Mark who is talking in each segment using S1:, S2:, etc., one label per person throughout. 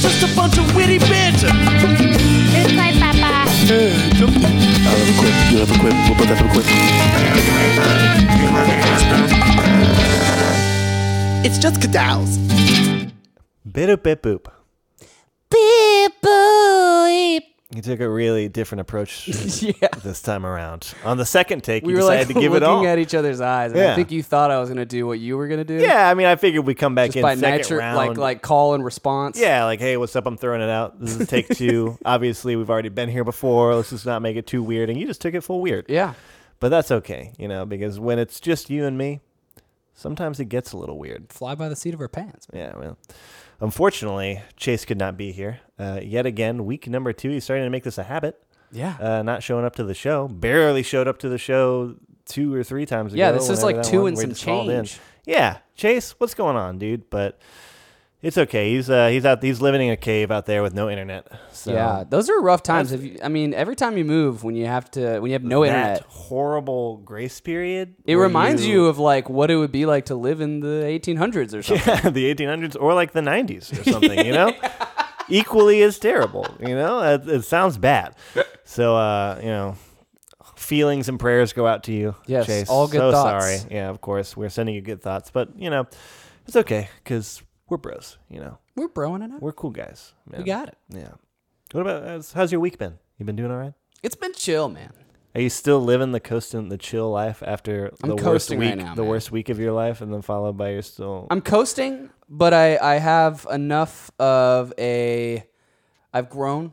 S1: just a bunch of witty banter.
S2: It's my papa.
S1: I have a quip. You have a quip. We'll both have a quip. It's just cadals.
S3: Bitter bit boop.
S4: Boy.
S3: You took a really different approach
S4: Yeah.
S3: this time around. On the second take,
S4: We
S3: you
S4: were
S3: decided
S4: like
S3: to give it
S4: looking
S3: all.
S4: at each other's eyes. And
S3: Yeah.
S4: I think you thought I was going to do what you were going to do.
S3: yeah, I mean, I figured we come back
S4: Just
S3: in
S4: by
S3: second
S4: nature,
S3: round,
S4: like like call and response.
S3: yeah, like hey, what's up? I'm throwing it out. This is take two. Obviously, we've already been here before. Let's just not make it too weird. And you just took it full weird.
S4: Yeah.
S3: But that's okay, you know, because when it's just you and me, sometimes it gets a little weird.
S4: Fly by the seat of her pants.
S3: Yeah, well, unfortunately, Chase could not be here uh, yet again. Week number two, he's starting to make this a habit.
S4: Yeah.
S3: Uh, not showing up to the show, barely showed up to the show two or three times ago.
S4: Yeah, this was
S3: whenever
S4: like
S3: that
S4: two
S3: one
S4: and
S3: where he
S4: some
S3: just called in.
S4: change.
S3: Yeah, Chase, what's going on, dude? But it's okay. He's uh, he's out. He's living in a cave out there with no internet. So
S4: yeah. Those are rough times. If you, I mean, every time you move, when you have to, when you have no
S3: that
S4: internet,
S3: horrible grace period.
S4: it
S3: where
S4: reminds you of like what it would be like to live in the 1800s or something.
S3: the 1800s or like the 90s or something, you know? Equally as terrible, you know? It, it sounds bad. So, uh, you know, feelings and prayers go out to you.
S4: Yes,
S3: Chase.
S4: all good
S3: so
S4: thoughts.
S3: sorry. Yeah, of course. We're sending you good thoughts, but, you know, it's okay because we're bros, you know?
S4: We're broing it up.
S3: We're cool guys. Man.
S4: We got it.
S3: Yeah. What about, how's- how's your week been? You been doing all right?
S4: It's been chill, man.
S3: Are you still living the coasting, the chill life after
S4: I'm
S3: the worst
S4: coasting
S3: week,
S4: right now,
S3: the
S4: man.
S3: worst week of your life, and then followed by your still?
S4: I'm coasting, but I I have enough of a I've grown,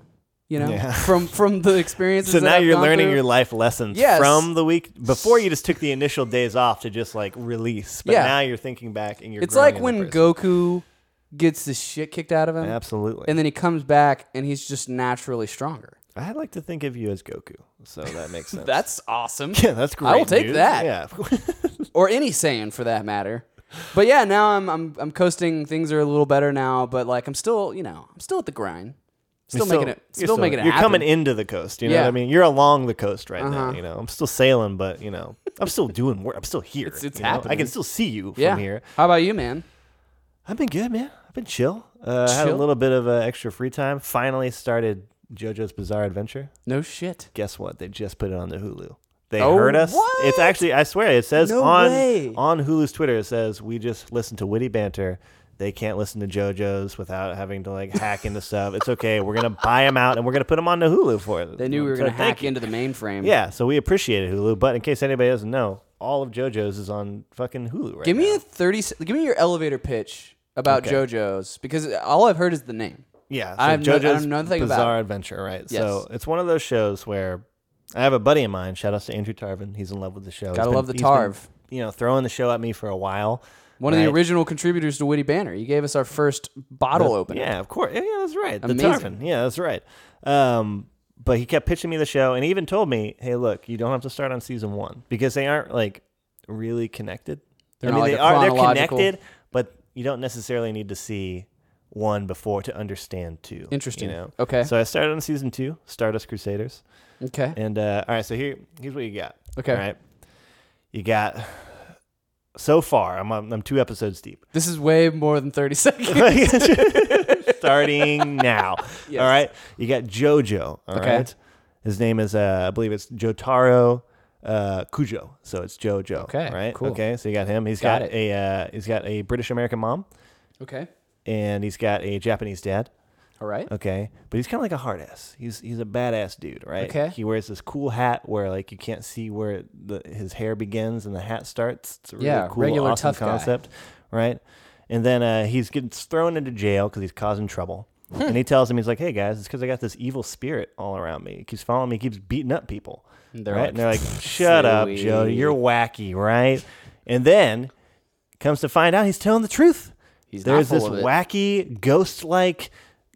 S4: you know,
S3: Yeah.
S4: from from the experiences.
S3: So
S4: that
S3: now
S4: I've
S3: you're
S4: gone
S3: learning
S4: through.
S3: your life lessons
S4: Yes.
S3: from the week before. You just took the initial days off to just like release, but
S4: Yeah.
S3: now you're thinking back and you're.
S4: It's
S3: growing
S4: like
S3: as a
S4: when
S3: person.
S4: Goku gets the shit kicked out of him,
S3: Absolutely,
S4: and then he comes back and he's just naturally stronger.
S3: I like to think of you as Goku, so that makes sense.
S4: That's awesome.
S3: yeah, that's great.
S4: I will take
S3: dude.
S4: that.
S3: Yeah,
S4: or any Saiyan for that matter. But yeah, now I'm I'm I'm coasting. Things are a little better now, but like I'm still, you know, I'm still at the grind. Still
S3: You're
S4: making it.
S3: you're
S4: Still, making it.
S3: You're
S4: happen.
S3: coming into the coast. You know
S4: Yeah.
S3: what I mean? You're along the coast right now.
S4: Uh-huh.
S3: You know, I'm still sailing, but you know, I'm still doing work. I'm still here.
S4: It's- it's
S3: you know? I
S4: happening.
S3: can still see you
S4: yeah.
S3: from here.
S4: How about you, man?
S3: I've been good, man. I've been chill. Uh, I had a
S4: Chill?
S3: little bit of uh, extra free time. Finally started JoJo's Bizarre Adventure.
S4: No shit.
S3: guess what? They just put it on the Hulu. They
S4: Oh,
S3: heard us.
S4: what?
S3: It's actually, I swear, it says
S4: No
S3: on
S4: way.
S3: on Hulu's Twitter. It says we just listen to witty banter. They can't listen to JoJo's without having to like hack into stuff. It's okay. We're gonna buy them out and we're gonna put them on the Hulu for it.
S4: They knew we were
S3: So
S4: going to
S3: thank
S4: hack
S3: you.
S4: into the mainframe.
S3: Yeah, so we appreciate it, Hulu. But in case anybody doesn't know, all of JoJo's is on fucking Hulu right
S4: Give me
S3: now.
S4: a 30 s- give me your elevator pitch about
S3: Okay.
S4: JoJo's because all I've heard is the name.
S3: Yeah, so
S4: I have no- I
S3: JoJo's
S4: don't know nothing about
S3: Bizarre Adventure, right? So
S4: Yes.
S3: it's one of those shows where I have a buddy of mine. Shout out to Andrew Tarvin. He's in love with the show.
S4: Gotta
S3: He's been-
S4: love the
S3: he's been,
S4: Tarv.
S3: you know, throwing the show at me for a while.
S4: One of
S3: Right.
S4: the original contributors to Witty Banner. You gave us our first bottle opener.
S3: Yeah, of course. Yeah, that's right. The
S4: Amazing.
S3: Tarvin. Yeah, that's right. Um, but he kept pitching me the show, and he even told me, "Hey, look, you don't have to start on season one because they aren't like really connected. I
S4: They're not,
S3: mean,
S4: like,
S3: they
S4: a
S3: are. They're
S4: chronological-
S3: connected, but you don't necessarily need to see one before to understand two.
S4: Interesting.
S3: You know?
S4: Okay.
S3: So I started on season two, Stardust Crusaders,
S4: Okay.
S3: and uh, all right. So here, here's what you got.
S4: Okay.
S3: All right. You got so far. I'm on, I'm two episodes deep.
S4: This is way more than 30 seconds.
S3: starting now.
S4: Yes.
S3: All right. You got JoJo. All right.
S4: Okay.
S3: His name is, uh, I believe it's Jotaro uh, Kujo. So it's JoJo.
S4: Okay,
S3: Right.
S4: cool.
S3: Okay. So you got him. He's got,
S4: Got it.
S3: a uh, he's got a British American mom
S4: okay.
S3: and he's got a Japanese dad.
S4: All right.
S3: Okay. But he's kind of like a hard ass. He's he's a badass dude, right?
S4: Okay.
S3: He wears this cool hat where like you can't see where the, his hair begins and the hat starts. It's a really
S4: Yeah,
S3: cool
S4: regular
S3: awesome
S4: tough guy.
S3: concept, right? And then uh, he's gets thrown into jail because he's causing trouble.
S4: Hmm.
S3: And he tells him, he's like, "Hey guys, it's because I got this evil spirit all around me. He keeps following me, he keeps beating up people."
S4: they're
S3: right?
S4: like,
S3: and they're like, "Shut up,
S4: silly."
S3: Joe. You're wacky, right?" And then comes to find out, he's telling the truth.
S4: He's not
S3: There's
S4: full
S3: this
S4: of it.
S3: wacky ghost-like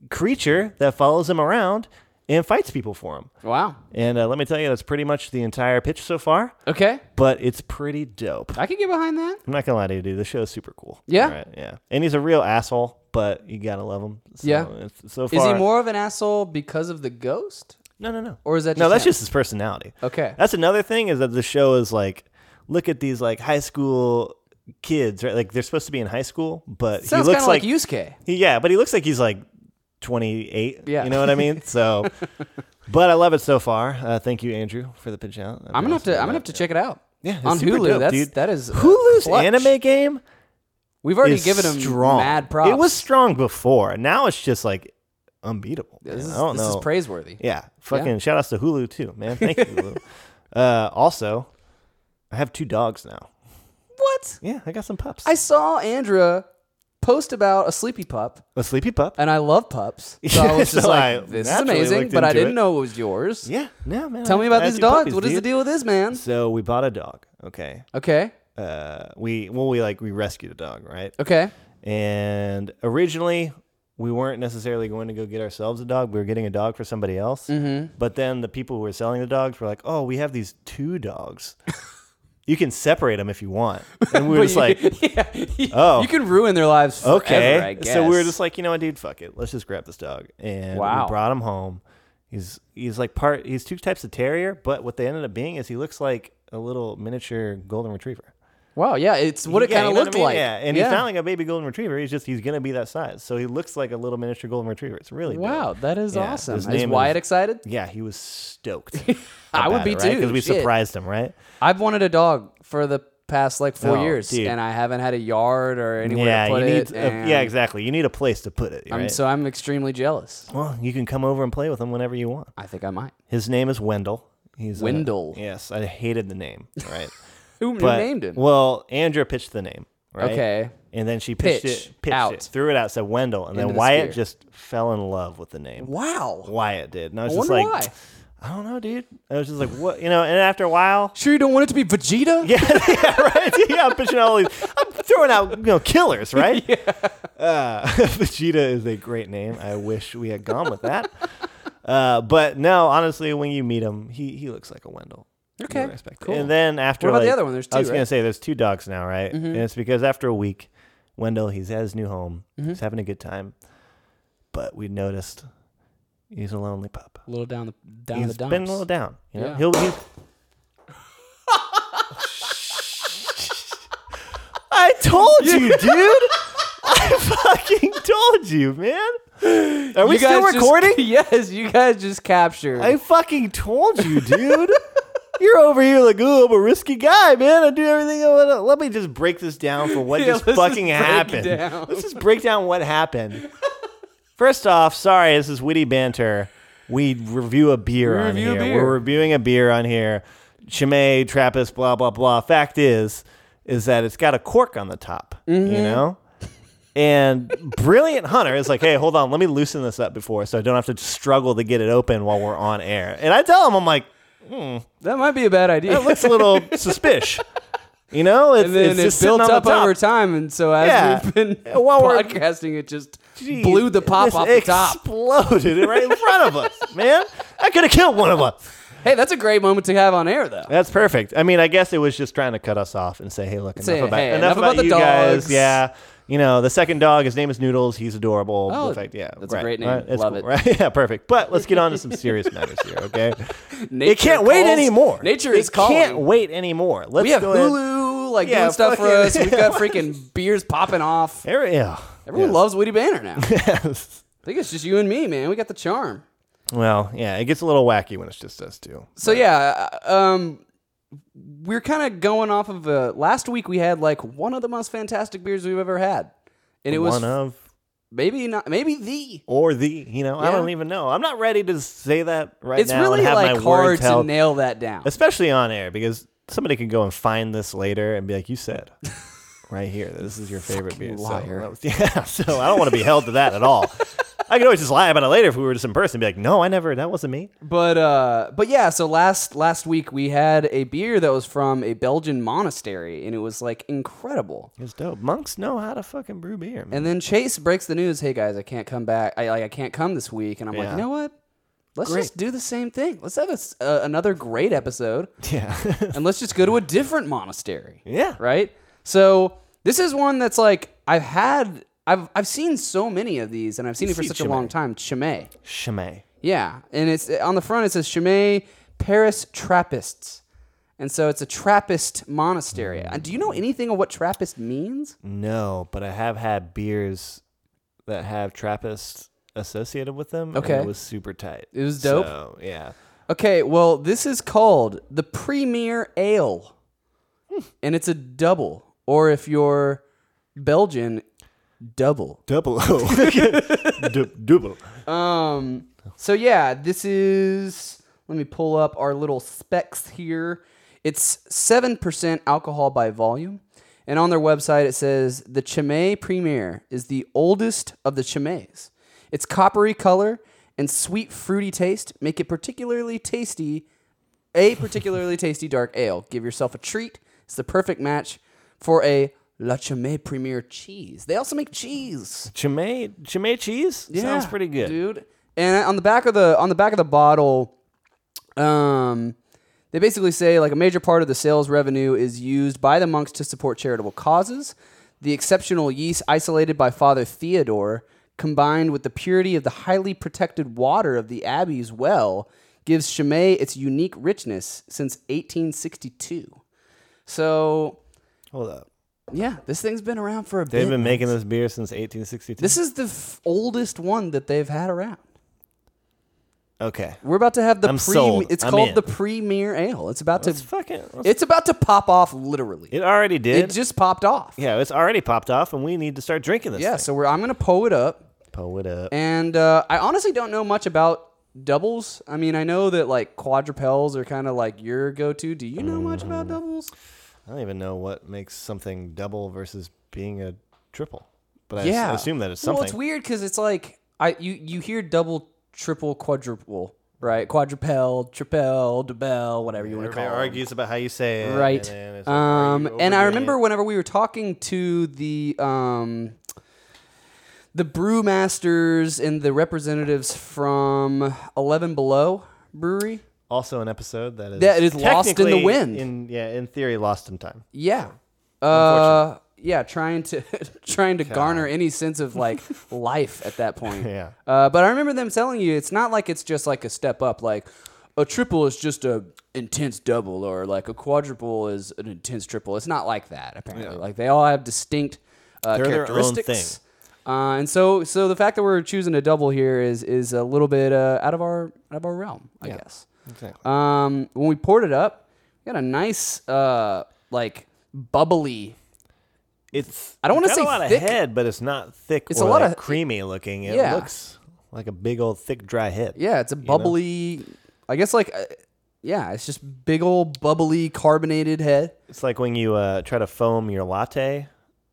S3: creature that follows him around and fights people for him.
S4: Wow.
S3: And uh, let me tell you, that's pretty much the entire pitch so far.
S4: Okay.
S3: But it's pretty dope.
S4: I can get behind that.
S3: I'm not gonna lie to you, dude. The show's super cool.
S4: Yeah?
S3: Right, yeah. And he's a real asshole, but you gotta love him. So
S4: Yeah.
S3: it's- So
S4: Is
S3: far,
S4: he more of an asshole because of the ghost?
S3: No, no, no.
S4: Or is that
S3: no?
S4: just
S3: That's
S4: him?
S3: just his personality.
S4: Okay.
S3: That's another thing is that the show is like, look at these like high school kids, right? Like they're supposed to be in high school, but
S4: Sounds
S3: he
S4: kind
S3: looks
S4: of like,
S3: like,
S4: Yusuke.
S3: he, yeah, but he looks like he's like 28.
S4: Yeah.
S3: You know what I mean? So, but I love it so far. Uh, thank you, Andrew, for the pitch out.
S4: I'm gonna have to. I'm gonna have to check it out.
S3: Yeah, it's
S4: on
S3: super
S4: Hulu.
S3: dope,
S4: that's
S3: dude.
S4: that is uh,
S3: Hulu's
S4: clutch.
S3: anime game
S4: We've already
S3: is
S4: given him
S3: strong.
S4: mad props.
S3: It was strong before. Now it's just like unbeatable. man.
S4: This is,
S3: I don't
S4: this
S3: know.
S4: is praiseworthy.
S3: Yeah. Fucking shout outs to Hulu too, man. Thank you, Hulu. Uh, also, I have two dogs now.
S4: What?
S3: Yeah, I got some pups.
S4: I saw Andra post about a sleepy pup,
S3: a sleepy pup.
S4: and I love pups. So I was
S3: So
S4: just
S3: I
S4: like, "This is
S3: naturally
S4: amazing,"
S3: looked
S4: but I
S3: into
S4: didn't
S3: it.
S4: know it was yours.
S3: yeah. No, man.
S4: Tell
S3: I-
S4: me about
S3: I had
S4: this
S3: two
S4: dog.
S3: puppies,
S4: what is the
S3: dude.
S4: deal with this man?
S3: So we bought a dog. Okay.
S4: Okay,
S3: Uh, we well we like we rescued a dog, right?
S4: okay,
S3: And originally, we weren't necessarily going to go get ourselves a dog. We were getting a dog for somebody else.
S4: Mm-hmm.
S3: But then the people who were selling the dogs were like, "Oh, we have these two dogs. you can separate them if you want." And we were just like,
S4: yeah.
S3: Oh.
S4: you can ruin their lives. Forever,
S3: "Okay."
S4: I guess.
S3: so we were just like, "You know what, dude? Fuck it. Let's just grab this dog." And
S4: Wow.
S3: we brought him home. He's he's like part. He's two types of terrier, but what they ended up being is he looks like a little miniature golden retriever.
S4: wow, yeah, it's what it
S3: Yeah,
S4: kind
S3: you
S4: of
S3: know what
S4: looked
S3: I mean?
S4: like.
S3: Yeah, and he's not like a baby golden retriever. He's just he's gonna be that size, so he looks like a little miniature golden retriever. It's really dope.
S4: Wow, that is
S3: Yeah,
S4: awesome.
S3: his
S4: Is
S3: name
S4: Wyatt
S3: is-
S4: excited?
S3: Yeah, he was stoked.
S4: I would
S3: about
S4: be
S3: it, right?
S4: too,
S3: because we
S4: shit.
S3: surprised him, right?
S4: I've wanted a dog for the past like four
S3: Oh,
S4: years,
S3: dude.
S4: and I haven't had a yard or anywhere
S3: yeah,
S4: to put
S3: you need.
S4: it.
S3: a-
S4: and
S3: yeah, exactly. You need a place to put it.
S4: I'm-
S3: Right?
S4: so I'm extremely jealous.
S3: well, you can come over and play with him whenever you want.
S4: I think I might.
S3: His name is Wendell. He's a-
S4: Wendell.
S3: yes, I hated the name. Right,
S4: Who who
S3: But-
S4: named him?
S3: Well, Andrea pitched the name. Right?
S4: Okay.
S3: And then she pitched
S4: Pitch.
S3: it, pitched
S4: Out.
S3: it, threw it out, said Wendell, and
S4: Into
S3: then
S4: the
S3: Wyatt
S4: sphere.
S3: just fell in love with the name.
S4: Wow.
S3: Wyatt did, and I was
S4: I
S3: just
S4: wonder
S3: like,
S4: why.
S3: I don't know, dude. I was just like, what, you know? And after a while,
S4: Sure, you don't want it to be Vegeta?
S3: yeah, yeah, right. Yeah, I'm pitching all these. I'm throwing out, you know, killers, right? yeah. Uh, Vegeta is a great name. I wish we had gone with that. Uh, but no, honestly, when you meet him, he he looks like a Wendell. You
S4: Okay,
S3: respect it.
S4: cool.
S3: And then after,
S4: What about the
S3: like-
S4: other one? There's
S3: I was
S4: two,
S3: gonna
S4: right? Mm-hmm.
S3: say there's two dogs now, right? And it's because after a week, Wendell he's at his new home.
S4: Mm-hmm.
S3: He's having a good time, but we noticed he's a lonely pup.
S4: A little down the down
S3: He's
S4: the dumps.
S3: been a little down. You know,
S4: Yeah.
S3: he'll. he'll I told you, dude. I fucking told you, man. Are we
S4: You
S3: still
S4: guys just-
S3: recording?
S4: yes, you guys just captured.
S3: I fucking told you, dude. You're over here like, oh, I'm a risky guy, man. I do everything. I wanna. Let me just break this down for what
S4: Yeah,
S3: just
S4: let's just
S3: fucking
S4: break it
S3: happened.
S4: down.
S3: Let's just break down what happened. First off, sorry, this is witty banter. We review a beer
S4: We
S3: on
S4: review a
S3: here.
S4: beer.
S3: We're reviewing a beer on here. Chimay, Trappist, blah blah blah. Fact is, is that it's got a cork on the top.
S4: Mm-hmm.
S3: You know. And brilliant Hunter is like, hey, hold on, let me loosen this up before so I don't have to struggle to get it open while we're on air. And I tell him, I'm like,
S4: that might be a bad idea.
S3: it looks a little suspicious. You know, it's,
S4: and then
S3: it's
S4: it
S3: just
S4: built
S3: sitting on
S4: up
S3: the top.
S4: over time, and so as
S3: Yeah.
S4: we've been
S3: And while we're-
S4: podcasting, it just
S3: Jeez,
S4: blew the pop
S3: this
S4: off the top.
S3: Exploded it right in front of us, man. I could have killed one of us.
S4: Hey, that's a great moment to have on air, though.
S3: That's perfect. I mean, I guess it was just trying to cut us off and say, "Hey, look, enough
S4: Say,
S3: about
S4: hey,
S3: enough,
S4: enough about the
S3: you guys."
S4: dogs.
S3: Yeah, you know, the second dog, his name is Noodles. He's adorable.
S4: Oh,
S3: In fact, yeah,
S4: that's a
S3: right,
S4: great name.
S3: right, it's
S4: Love
S3: cool,
S4: it.
S3: Right? Yeah, perfect. But let's get on to some serious matters here, okay?
S4: Nature
S3: it can't wait
S4: calls-
S3: anymore.
S4: Nature
S3: it
S4: is calling.
S3: Can't wait anymore. Let's
S4: we have
S3: go ahead-
S4: Hulu, like
S3: Yeah,
S4: doing stuff for us.
S3: fucking-
S4: We've got freaking beers popping off.
S3: There- yeah.
S4: Everyone
S3: Yes.
S4: loves Witty Banner now. I think it's just you and me, man. We got the charm.
S3: Well, yeah, it gets a little wacky when it's just us two.
S4: So yeah, uh, um, we're kind of going off of uh, last week. We had like one of the most fantastic beers we've ever had, and it was
S3: one of
S4: maybe not maybe the.
S3: or the, you know, I
S4: Yeah.
S3: don't even know. I'm not ready to say that right
S4: It's
S3: now
S4: really
S3: and have
S4: like
S3: my
S4: hard
S3: words
S4: to
S3: held.
S4: nail that down.
S3: especially on air because somebody could go and find this later and be like you said right here that this is your favorite beer So,
S4: liar.
S3: that was- yeah so i don't want to be held to that at all i could always just lie about it later if we were just in person and be like no i never that wasn't me
S4: But uh, but yeah, so last last week we had a beer that was from a Belgian monastery, and it was like incredible.
S3: it's dope monks know how to fucking brew beer man.
S4: And then Chase breaks the news, "Hey guys, I can't come back. I like I can't come this week." And I'm like,
S3: Yeah.
S4: "You know what? Let's
S3: Great.
S4: just do the same thing. Let's have a s uh, another great episode,
S3: yeah
S4: and let's just go to a different monastery."
S3: yeah
S4: Right? So, this is one that's like I've had I've I've seen so many of these and I've seen it for
S3: see
S4: such a
S3: Chimay.
S4: long time, Chimay.
S3: Chimay.
S4: Yeah, and it's on the front. It says Chimay Paris Trappists, and so it's a Trappist monastery. Uh, Do you know anything of what Trappist means?
S3: no but i have had beers that have trappist associated with them.
S4: Okay.
S3: and it was super tight.
S4: It was dope?
S3: So, yeah,
S4: Okay, well, this is called the Premier Ale. And it's a double. Or if you're Belgian, double.
S3: double O, Du- double.
S4: Um, so yeah, this is. Let me pull up our little specs here. It's seven percent alcohol by volume, and on their website it says the Chimay Premier is the oldest of the Chimays. Its coppery color and sweet fruity taste make it particularly tasty. A particularly tasty dark ale. Give yourself a treat. It's the perfect match for a La Chimay Premier cheese. They also make cheese.
S3: Chimay, Chimay cheese sounds pretty good.
S4: dude. And on the back of the on the back of the bottle, um, they basically say like a major part of the sales revenue is used by the monks to support charitable causes. The exceptional yeast isolated by Father Theodore, combined with the purity of the highly protected water of the abbey's well, gives Chimay its unique richness since 1862. So
S3: Hold up,
S4: yeah, this thing's been around for a
S3: they've
S4: bit.
S3: been making this beer since 1862.
S4: this is the f- oldest one that they've had around.
S3: okay.
S4: We're about to have the
S3: I'm
S4: pre.
S3: sold.
S4: It's
S3: I'm
S4: called
S3: in.
S4: the premier ale. It's about to.
S3: It's fucking. let's-
S4: It's about to pop off. Literally,
S3: it already
S4: it,
S3: did.
S4: just popped off. Yeah.
S3: yeah, it's already popped off, and we need to start drinking this. thing.
S4: so we're. I'm gonna pull it up,
S3: Pull it up.
S4: and uh, I honestly don't know much about doubles. I mean, I know that like quadrupels are kind of like your go-to. Do you know much
S3: Mm.
S4: about doubles?
S3: I don't even know what makes something double versus being a triple, but I s-
S4: yeah.
S3: assume that it's
S4: Well,
S3: something.
S4: it's weird because it's like I you you hear double, triple, quadruple, right? Quadrupel, triple, double, whatever you want to call
S3: Everybody
S4: it.
S3: argues about how you say it.
S4: right
S3: And, then it's like, argue
S4: um and
S3: over
S4: i
S3: again.
S4: remember whenever we were talking to the um the brewmasters and the representatives from 11 below brewery
S3: also an episode that is
S4: That is lost in the
S3: technically
S4: wind.
S3: In yeah, in theory, lost in time.
S4: yeah uh yeah trying to trying to garner any sense of like life at that point
S3: Yeah.
S4: uh, but i remember them telling you it's not like it's just like a step up like a triple is just a intense double or like a quadruple is an intense triple it's not like that apparently like they all have distinct uh,
S3: They're their own
S4: characteristics Uh, and so, so the fact that we're choosing a double here is is a little bit uh, out of our out of our realm, I guess.
S3: Exactly.
S4: Um, when we poured it up, we got a nice uh, like bubbly.
S3: It's
S4: I don't wanna
S3: got
S4: say
S3: a lot
S4: thick.
S3: of head, but it's not thick.
S4: It's
S3: or
S4: a lot
S3: like
S4: of-
S3: creamy looking. It
S4: yeah.
S3: looks like a big old thick dry head.
S4: Yeah, it's a bubbly. I guess like uh, yeah, it's just big old bubbly carbonated head.
S3: It's like when you uh, try to foam your latte,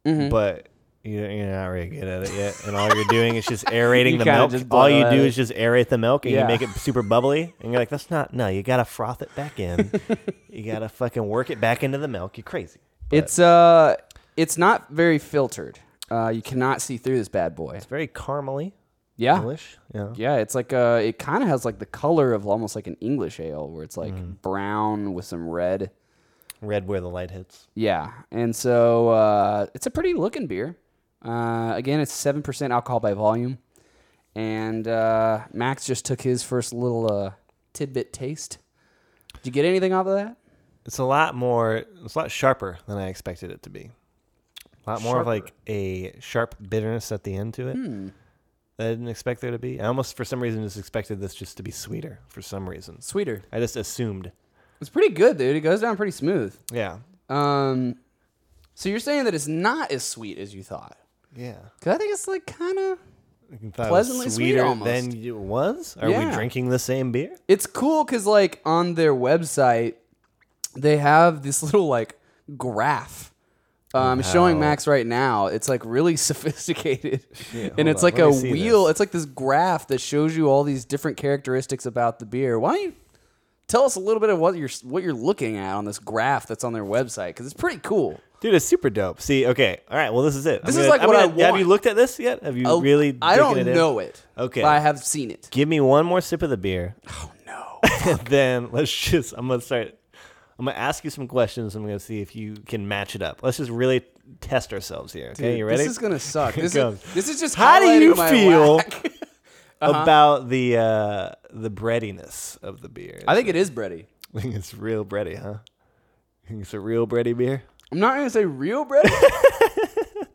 S4: Mm-hmm.
S3: but you, you're not really good at it yet, and all you're doing is just aerating
S4: You
S3: the
S4: kinda
S3: milk.
S4: just blow
S3: all you
S4: at
S3: do
S4: it.
S3: is just aerate the milk, and
S4: Yeah.
S3: you make it super bubbly. And you're like, "That's not no. You gotta froth it back in. you gotta fucking work it back into the milk. You're crazy."
S4: It's uh, it's not very filtered. Uh, you cannot see through this bad boy.
S3: It's very caramely,
S4: Yeah.
S3: English. Yeah.
S4: Yeah, it's like uh it kind of has like the color of almost like an English ale where it's like brown with some red.
S3: Red where the light hits.
S4: Yeah. And so uh it's a pretty looking beer. Uh again, it's 7% alcohol by volume. And uh Max just took his first little uh tidbit taste. Did you get anything off of that?
S3: It's a lot more. It's a lot sharper than I expected it to be. A lot more of like a sharp bitterness at the end to it.
S4: Hmm.
S3: That I didn't expect there to be. I almost, for some reason, just expected this just to be sweeter. For some reason,
S4: Sweeter.
S3: I just assumed.
S4: It's pretty good, dude. It goes down pretty smooth.
S3: Yeah.
S4: Um so you're saying that it's not as sweet as you thought.
S3: Yeah.
S4: Cuz I think it's like kind of Pleasantly
S3: Pleasantly
S4: sweet
S3: sweeter
S4: almost.
S3: than it was. Are we
S4: Yeah.
S3: drinking the same beer?
S4: it's cool because like on their website they have this little like graph um, showing Max right now. It's like really sophisticated, and
S3: hold
S4: it's
S3: on.
S4: like
S3: Let
S4: a
S3: me see
S4: wheel.
S3: this.
S4: It's like this graph that shows you all these different characteristics about the beer. Why don't you tell us a little bit of what you're what you're looking at on this graph that's on their website? Because it's pretty cool.
S3: Dude, it's super dope. See, okay, all right. Well, this is it.
S4: This
S3: I'm
S4: is
S3: gonna-
S4: like
S3: I'm
S4: what I
S3: gonna- Have you
S4: want.
S3: looked at this yet? Have you
S4: Oh,
S3: really?
S4: I
S3: taken
S4: don't
S3: it in?
S4: know it.
S3: Okay.
S4: but I have seen it.
S3: Give me one more sip of the beer. Oh no. and then let's just. I'm gonna start. I'm gonna ask you some questions. I'm gonna see if you can match it up. Let's just really test ourselves here. Okay, you ready?
S4: This is gonna suck.
S3: Here
S4: This,
S3: it
S4: is,
S3: comes.
S4: this is just
S3: How do you
S4: highlighting my
S3: feel
S4: whack. uh-huh.
S3: about the uh, the breadiness of the beer?
S4: I think it is bready.
S3: I think it's real bready, huh? I think it's a real bready beer.
S4: I'm not gonna say real bready.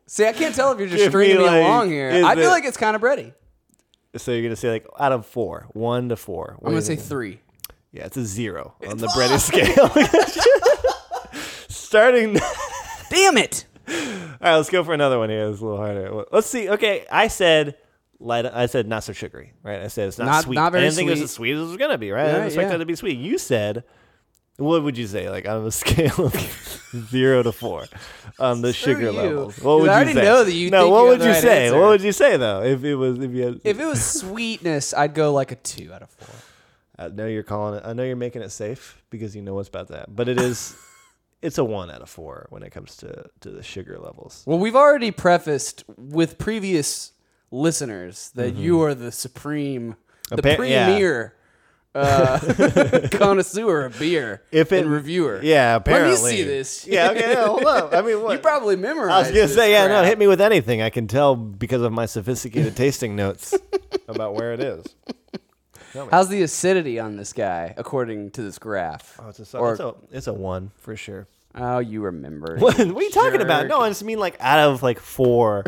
S4: See, I can't tell if you're just
S3: Give me,
S4: stringing me
S3: like,
S4: along here.
S3: is
S4: I feel
S3: it-
S4: like it's kind of bready.
S3: So you're gonna say like out of four, one to four. What do
S4: I'm
S3: you
S4: gonna say
S3: think?
S4: three.
S3: yeah, it's a zero on the British scale. Starting.
S4: Damn it!
S3: All right, let's go for another one here. It's a little harder. Let's see. Okay, I said light. I said not so sugary, right? I said it's not,
S4: Not-
S3: sweet.
S4: not very
S3: I didn't think it was
S4: sweet.
S3: as sweet as it was gonna be, right? I
S4: Yeah,
S3: didn't expect
S4: yeah.
S3: that to be sweet. You said, what would you say? Like on a scale of zero to four, on the
S4: Screw
S3: sugar
S4: you.
S3: levels.
S4: 'Cause
S3: What would
S4: I
S3: you
S4: already
S3: say?
S4: know that you
S3: no.
S4: think
S3: what
S4: you have
S3: would
S4: the
S3: you
S4: right
S3: say?
S4: answer.
S3: What would you say though? If it was, if you had,
S4: If it was sweetness, I'd go like a two out of four.
S3: I know you're calling it. I know you're making it safe because you know what's about that. But it is, it's a one out of four when it comes to to the sugar levels.
S4: Well, we've already prefaced with previous listeners that you are the supreme, the
S3: Mm-hmm. Appa- yeah.
S4: premier uh, connoisseur of beer
S3: If it-
S4: and reviewer.
S3: Yeah, apparently.
S4: Let me see this.
S3: Yeah, okay, yeah, hold up. I mean, what?
S4: you probably
S3: I was
S4: memorized.
S3: gonna
S4: this
S3: say, yeah,
S4: crap.
S3: no, hit me with anything. I can tell because of my sophisticated tasting notes about where it is.
S4: How's the acidity on this guy according to this graph?
S3: Oh, it's a, so-
S4: Or-
S3: it's a, it's a one for sure.
S4: oh, you remember.
S3: What, what are you talking about?
S4: Jerk.
S3: No, I just mean like out of like four.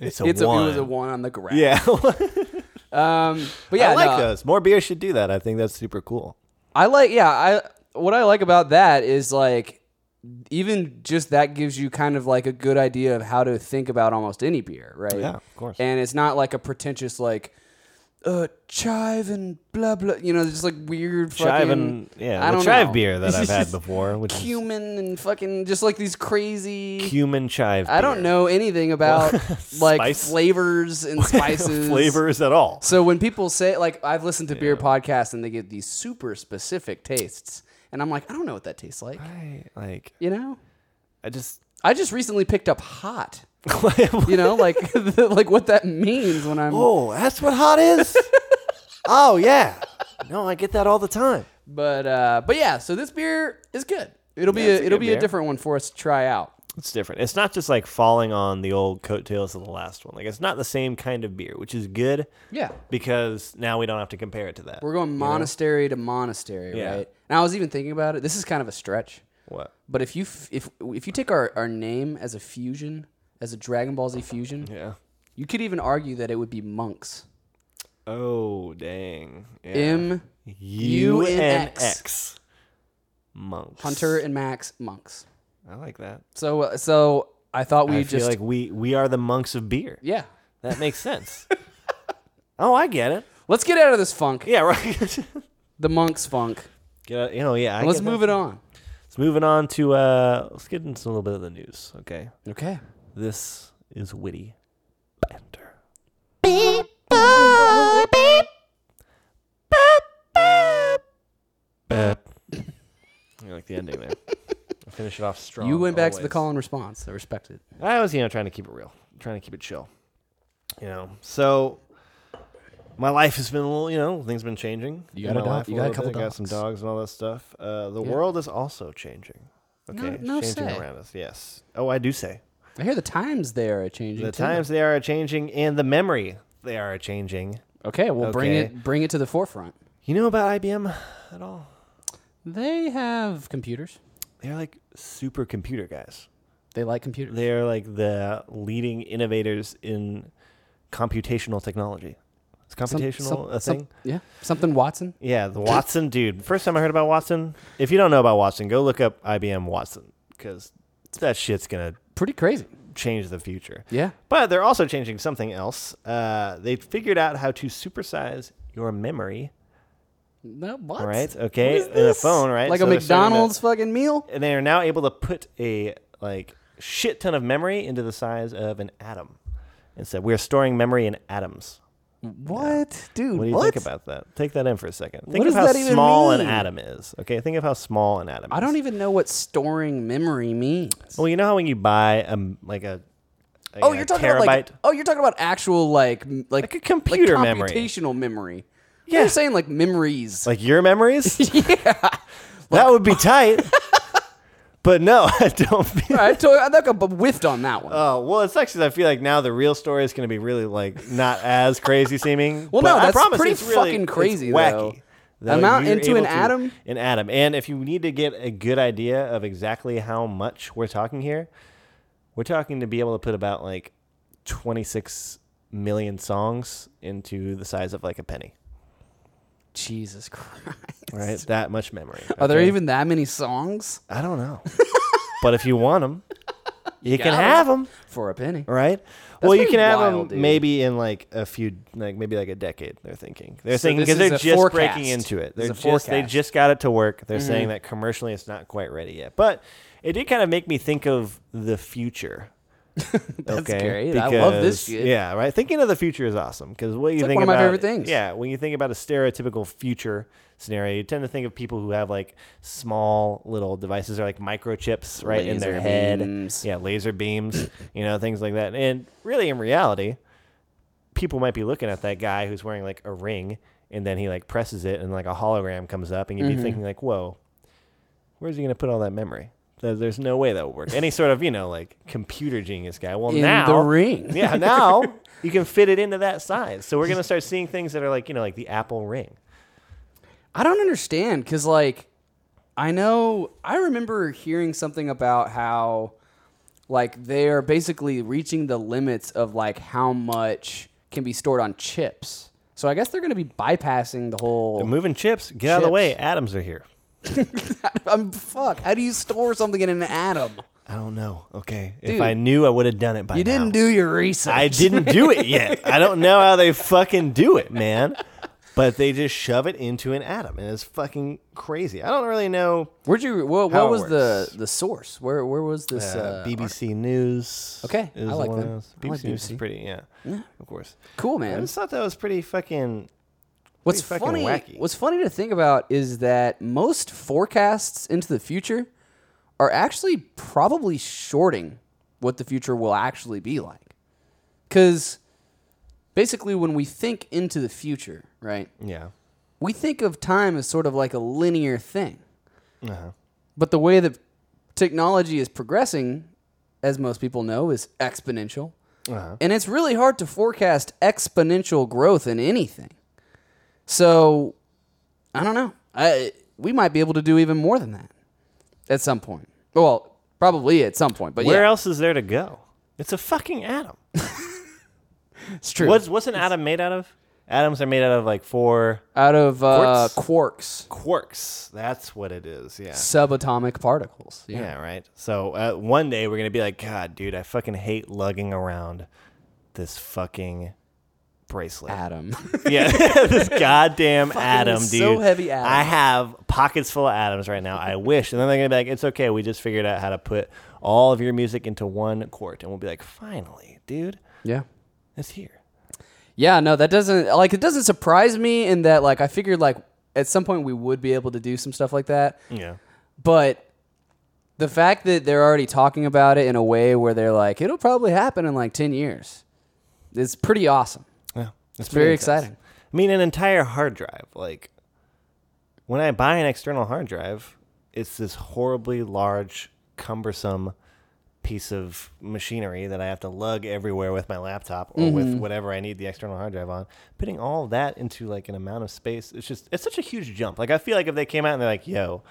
S3: It's a
S4: It's a,
S3: one.
S4: it was a one on the graph.
S3: Yeah,
S4: Um, but yeah,
S3: I like
S4: no,
S3: those. More beer should do that. I think that's super cool.
S4: I like yeah, I what I like about that is like even just that gives you kind of like a good idea of how to think about almost any beer, right?
S3: Yeah, of course.
S4: And it's not like a pretentious like uh chive and blah blah, you know, just like weird
S3: Chive
S4: fucking
S3: and yeah,
S4: I
S3: the
S4: don't
S3: chive
S4: know.
S3: beer that I've had before, which is
S4: Cumin and fucking just like these crazy
S3: cumin chive.
S4: I don't
S3: beer.
S4: know anything about like
S3: Spice?
S4: flavors and spices.
S3: flavors at all.
S4: So when people say like I've listened to beer podcasts and they get these super specific tastes and I'm like I don't know what that tastes like.
S3: I, like
S4: You know?
S3: I just
S4: I just recently picked up hot. You know, like like what that means when I'm
S3: Oh, that's what hot is. oh yeah. No, I get that all the time.
S4: but uh but yeah, so this beer is good. It'll be
S3: Yeah,
S4: a,
S3: it's a
S4: it'll
S3: good
S4: be a
S3: beer.
S4: different one for us to try out.
S3: It's different. It's not just like falling on the old coattails of the last one. Like it's not the same kind of beer, which is good
S4: Yeah.
S3: because now we don't have to compare it to that.
S4: We're going monastery to monastery,
S3: Yeah.
S4: right? And I was even thinking about it. This is kind of a stretch.
S3: what?
S4: But if you f- if if you take our, our name as a fusion, as a Dragon Ball Z fusion,
S3: Yeah.
S4: you could even argue that it would be monks.
S3: Oh dang. Yeah.
S4: M
S3: U N
S4: UNX.
S3: X. Monks.
S4: Hunter and Max monks.
S3: I like that.
S4: So uh, so I thought we
S3: I
S4: just
S3: feel like we we are the monks of beer.
S4: yeah.
S3: That makes sense. oh, I get it.
S4: Let's get out of this funk,
S3: Yeah, right.
S4: the monks funk.
S3: get out, you know, yeah. I
S4: Let's
S3: get
S4: move
S3: that.
S4: it on.
S3: Let's moving on to uh let's get into a little bit of the news, okay?
S4: Okay.
S3: This is witty banter.
S2: Beep, boop, beep, boop, boop.
S3: You like the ending there. Finish it off strong.
S4: You went back to the
S3: always.
S4: call and response. I respect it.
S3: I was, you know, trying to keep it real, trying to keep it chill. You know, so my life has been a little, you know, things been changing.
S4: You
S3: in
S4: got a
S3: my
S4: dog-
S3: life
S4: you got a
S3: little
S4: couple
S3: bit. I got some
S4: dogs.
S3: dogs and all that stuff. Uh, the world is also changing. Okay, It's
S4: no
S3: changing
S4: say.
S3: around us. Yes. Oh, I do say
S4: I hear the times there are changing.
S3: the
S4: too.
S3: times they are changing, and the memory they are changing.
S4: Okay, well bring
S3: Okay.
S4: it bring it to the forefront.
S3: You know about IBM at all?
S4: They have computers.
S3: They're like super computer guys.
S4: They like computers.
S3: They're like the leading innovators in computational technology. Is
S4: Some-
S3: computational
S4: some-
S3: a
S4: some-
S3: thing?
S4: yeah. Something Watson.
S3: Yeah, the Watson dude. First time I heard about Watson. If you don't know about Watson, go look up IBM Watson because that shit's gonna
S4: Pretty crazy.
S3: change the future.
S4: Yeah.
S3: But they're also changing something else. Uh, they figured out how to supersize your memory.
S4: No, what?
S3: All right. Okay. In a phone, right?
S4: Like
S3: So
S4: a
S3: they're starting to-
S4: McDonald's fucking meal?
S3: and they are now able to put a like shit ton of memory into the size of an atom. And so we're storing memory in atoms.
S4: What? Dude,
S3: What do you
S4: what?
S3: think about that? Take that in for a second. Think
S4: What
S3: of
S4: does
S3: how
S4: that even
S3: small an
S4: mean?
S3: atom is. Okay, think of how small an atom
S4: I
S3: is.
S4: don't even know what storing memory means.
S3: Well, you know how when you buy um like a, a
S4: oh,
S3: a
S4: you're talking
S3: terabyte?
S4: about like oh, you're talking about actual like m- like,
S3: Like a computer
S4: like
S3: memory.
S4: computational memory.
S3: Yeah.
S4: you're saying like memories.
S3: Like your memories? yeah. That would be tight. but no, I don't feel
S4: I told I think I b- whiffed on that one.
S3: Oh, well, it sucks 'cause I feel like now the real story is going to be really like not as crazy seeming.
S4: Well,
S3: but
S4: no,
S3: I
S4: that's
S3: promise
S4: pretty
S3: it's really-
S4: fucking
S3: it's
S4: crazy, though.
S3: wacky. that
S4: Amount
S3: you're
S4: into
S3: able
S4: an
S3: to-
S4: atom?
S3: An atom. And if you need to get a good idea of exactly how much we're talking here, we're talking to be able to put about like 26 million songs into the size of like a penny.
S4: Jesus Christ.
S3: Right, that much memory.
S4: Are there
S3: okay?
S4: even that many songs
S3: I don't know, but if you want them, you can
S4: got 'em.
S3: have them.
S4: for a penny?
S3: All right. well, you
S4: pretty
S3: can have
S4: wild, dude.
S3: them maybe in like a few, like maybe like a decade. They're thinking. They're
S4: So
S3: thinking
S4: this
S3: because they're
S4: is a
S3: just breaking
S4: forecast.
S3: into it. They're
S4: This is a
S3: just they
S4: forecast. Mm-hmm.
S3: just got it to work. They're saying that commercially it's not quite ready yet, but it did kind of make me think of the future. That's
S4: great. I love this shit.
S3: Yeah, right. Thinking of the future is awesome because what you
S4: like
S3: think
S4: one of my
S3: about-
S4: favorite things.
S3: Yeah, when you think about a stereotypical future scenario, you tend to think of people who have like small little devices or like microchips right in their
S4: Laser
S3: head.
S4: beams.
S3: Yeah, laser beams, you know, things like that. And really, in reality, people might be looking at that guy who's wearing like a ring, and then he like presses it, and like a hologram comes up, and you'd
S4: Mm-hmm.
S3: be thinking like, "Whoa, where's he gonna put all that memory?" There- There's no way that would work. Any sort of you know like computer genius guy. Well,
S4: In
S3: now
S4: the ring.
S3: yeah, now you can fit it into that size. So we're gonna start seeing things that are like you know like the Apple Ring.
S4: I don't understand because, like, I know I remember hearing something about how, like, they are basically reaching the limits of like how much can be stored on chips. So I guess they're going to be bypassing the whole.
S3: Moving chips, get out of the way. Atoms are here.
S4: I'm Um, fuck. How do you store something in an atom?
S3: I don't know. Okay,
S4: Dude.
S3: if I knew, I would have done it by
S4: You
S3: now.
S4: didn't do your research.
S3: I didn't do it yet. I don't know how they fucking do it, man. But they just shove it into an atom, and it's fucking crazy. I don't really know.
S4: Where'd you? What,
S3: How
S4: what
S3: it
S4: was the
S3: works.
S4: the source? Where where was
S3: Uh,
S4: this? Uh,
S3: BBC News.
S4: Okay,
S3: is
S4: I like
S3: one of
S4: them.
S3: those.
S4: I
S3: BBC,
S4: like
S3: News
S4: BBC.
S3: is pretty, yeah, of course.
S4: Cool
S3: I
S4: man.
S3: just thought that was pretty fucking.
S4: What's
S3: pretty fucking
S4: funny?
S3: wacky.
S4: What's funny to think about is that most forecasts into the future are actually probably shorting what the future will actually be like. Because basically, when we think into the future, right,
S3: Yeah,
S4: we think of time as sort of like a linear thing.
S3: Uh-huh.
S4: But the way that technology is progressing, as most people know, is exponential.
S3: Uh-huh.
S4: And it's really hard to forecast exponential growth in anything. So, I don't know. I, we might be able to do even more than that at some point. Well, probably at some point. But
S3: where
S4: yeah,
S3: else is there to go? It's a fucking atom.
S4: it's true.
S3: What's what's an atom made out of? Atoms are made out of like four
S4: Out of uh, quarks,
S3: quarks. That's what it is. Yeah.
S4: subatomic particles. Yeah.
S3: Yeah, right. So uh, one day we're gonna be like, God, dude, I fucking hate lugging around this fucking bracelet.
S4: Atom.
S3: Yeah, this goddamn atom, dude.
S4: so heavy atom.
S3: I have pockets full of atoms right now. I wish, and then they're gonna be like, It's okay. We just figured out how to put all of your music into one quart, and we'll be like, Finally, dude,
S4: yeah.
S3: it's here.
S4: Yeah, no, that doesn't like it doesn't surprise me in that like I figured like at some point we would be able to do some stuff like that,
S3: Yeah.
S4: but the fact that they're already talking about it in a way where they're like it'll probably happen in like 10 years is pretty awesome.
S3: Yeah, it's
S4: very exciting.
S3: I mean, an entire hard drive. Like, when I buy an external hard drive, it's this horribly large, cumbersome piece of machinery that I have to lug everywhere with my laptop or
S4: Mm-hmm.
S3: with whatever I need the external hard drive on. Putting all that into like an amount of space, it's just it's such a huge jump. Like, I feel like if they came out and they're like, "Yo."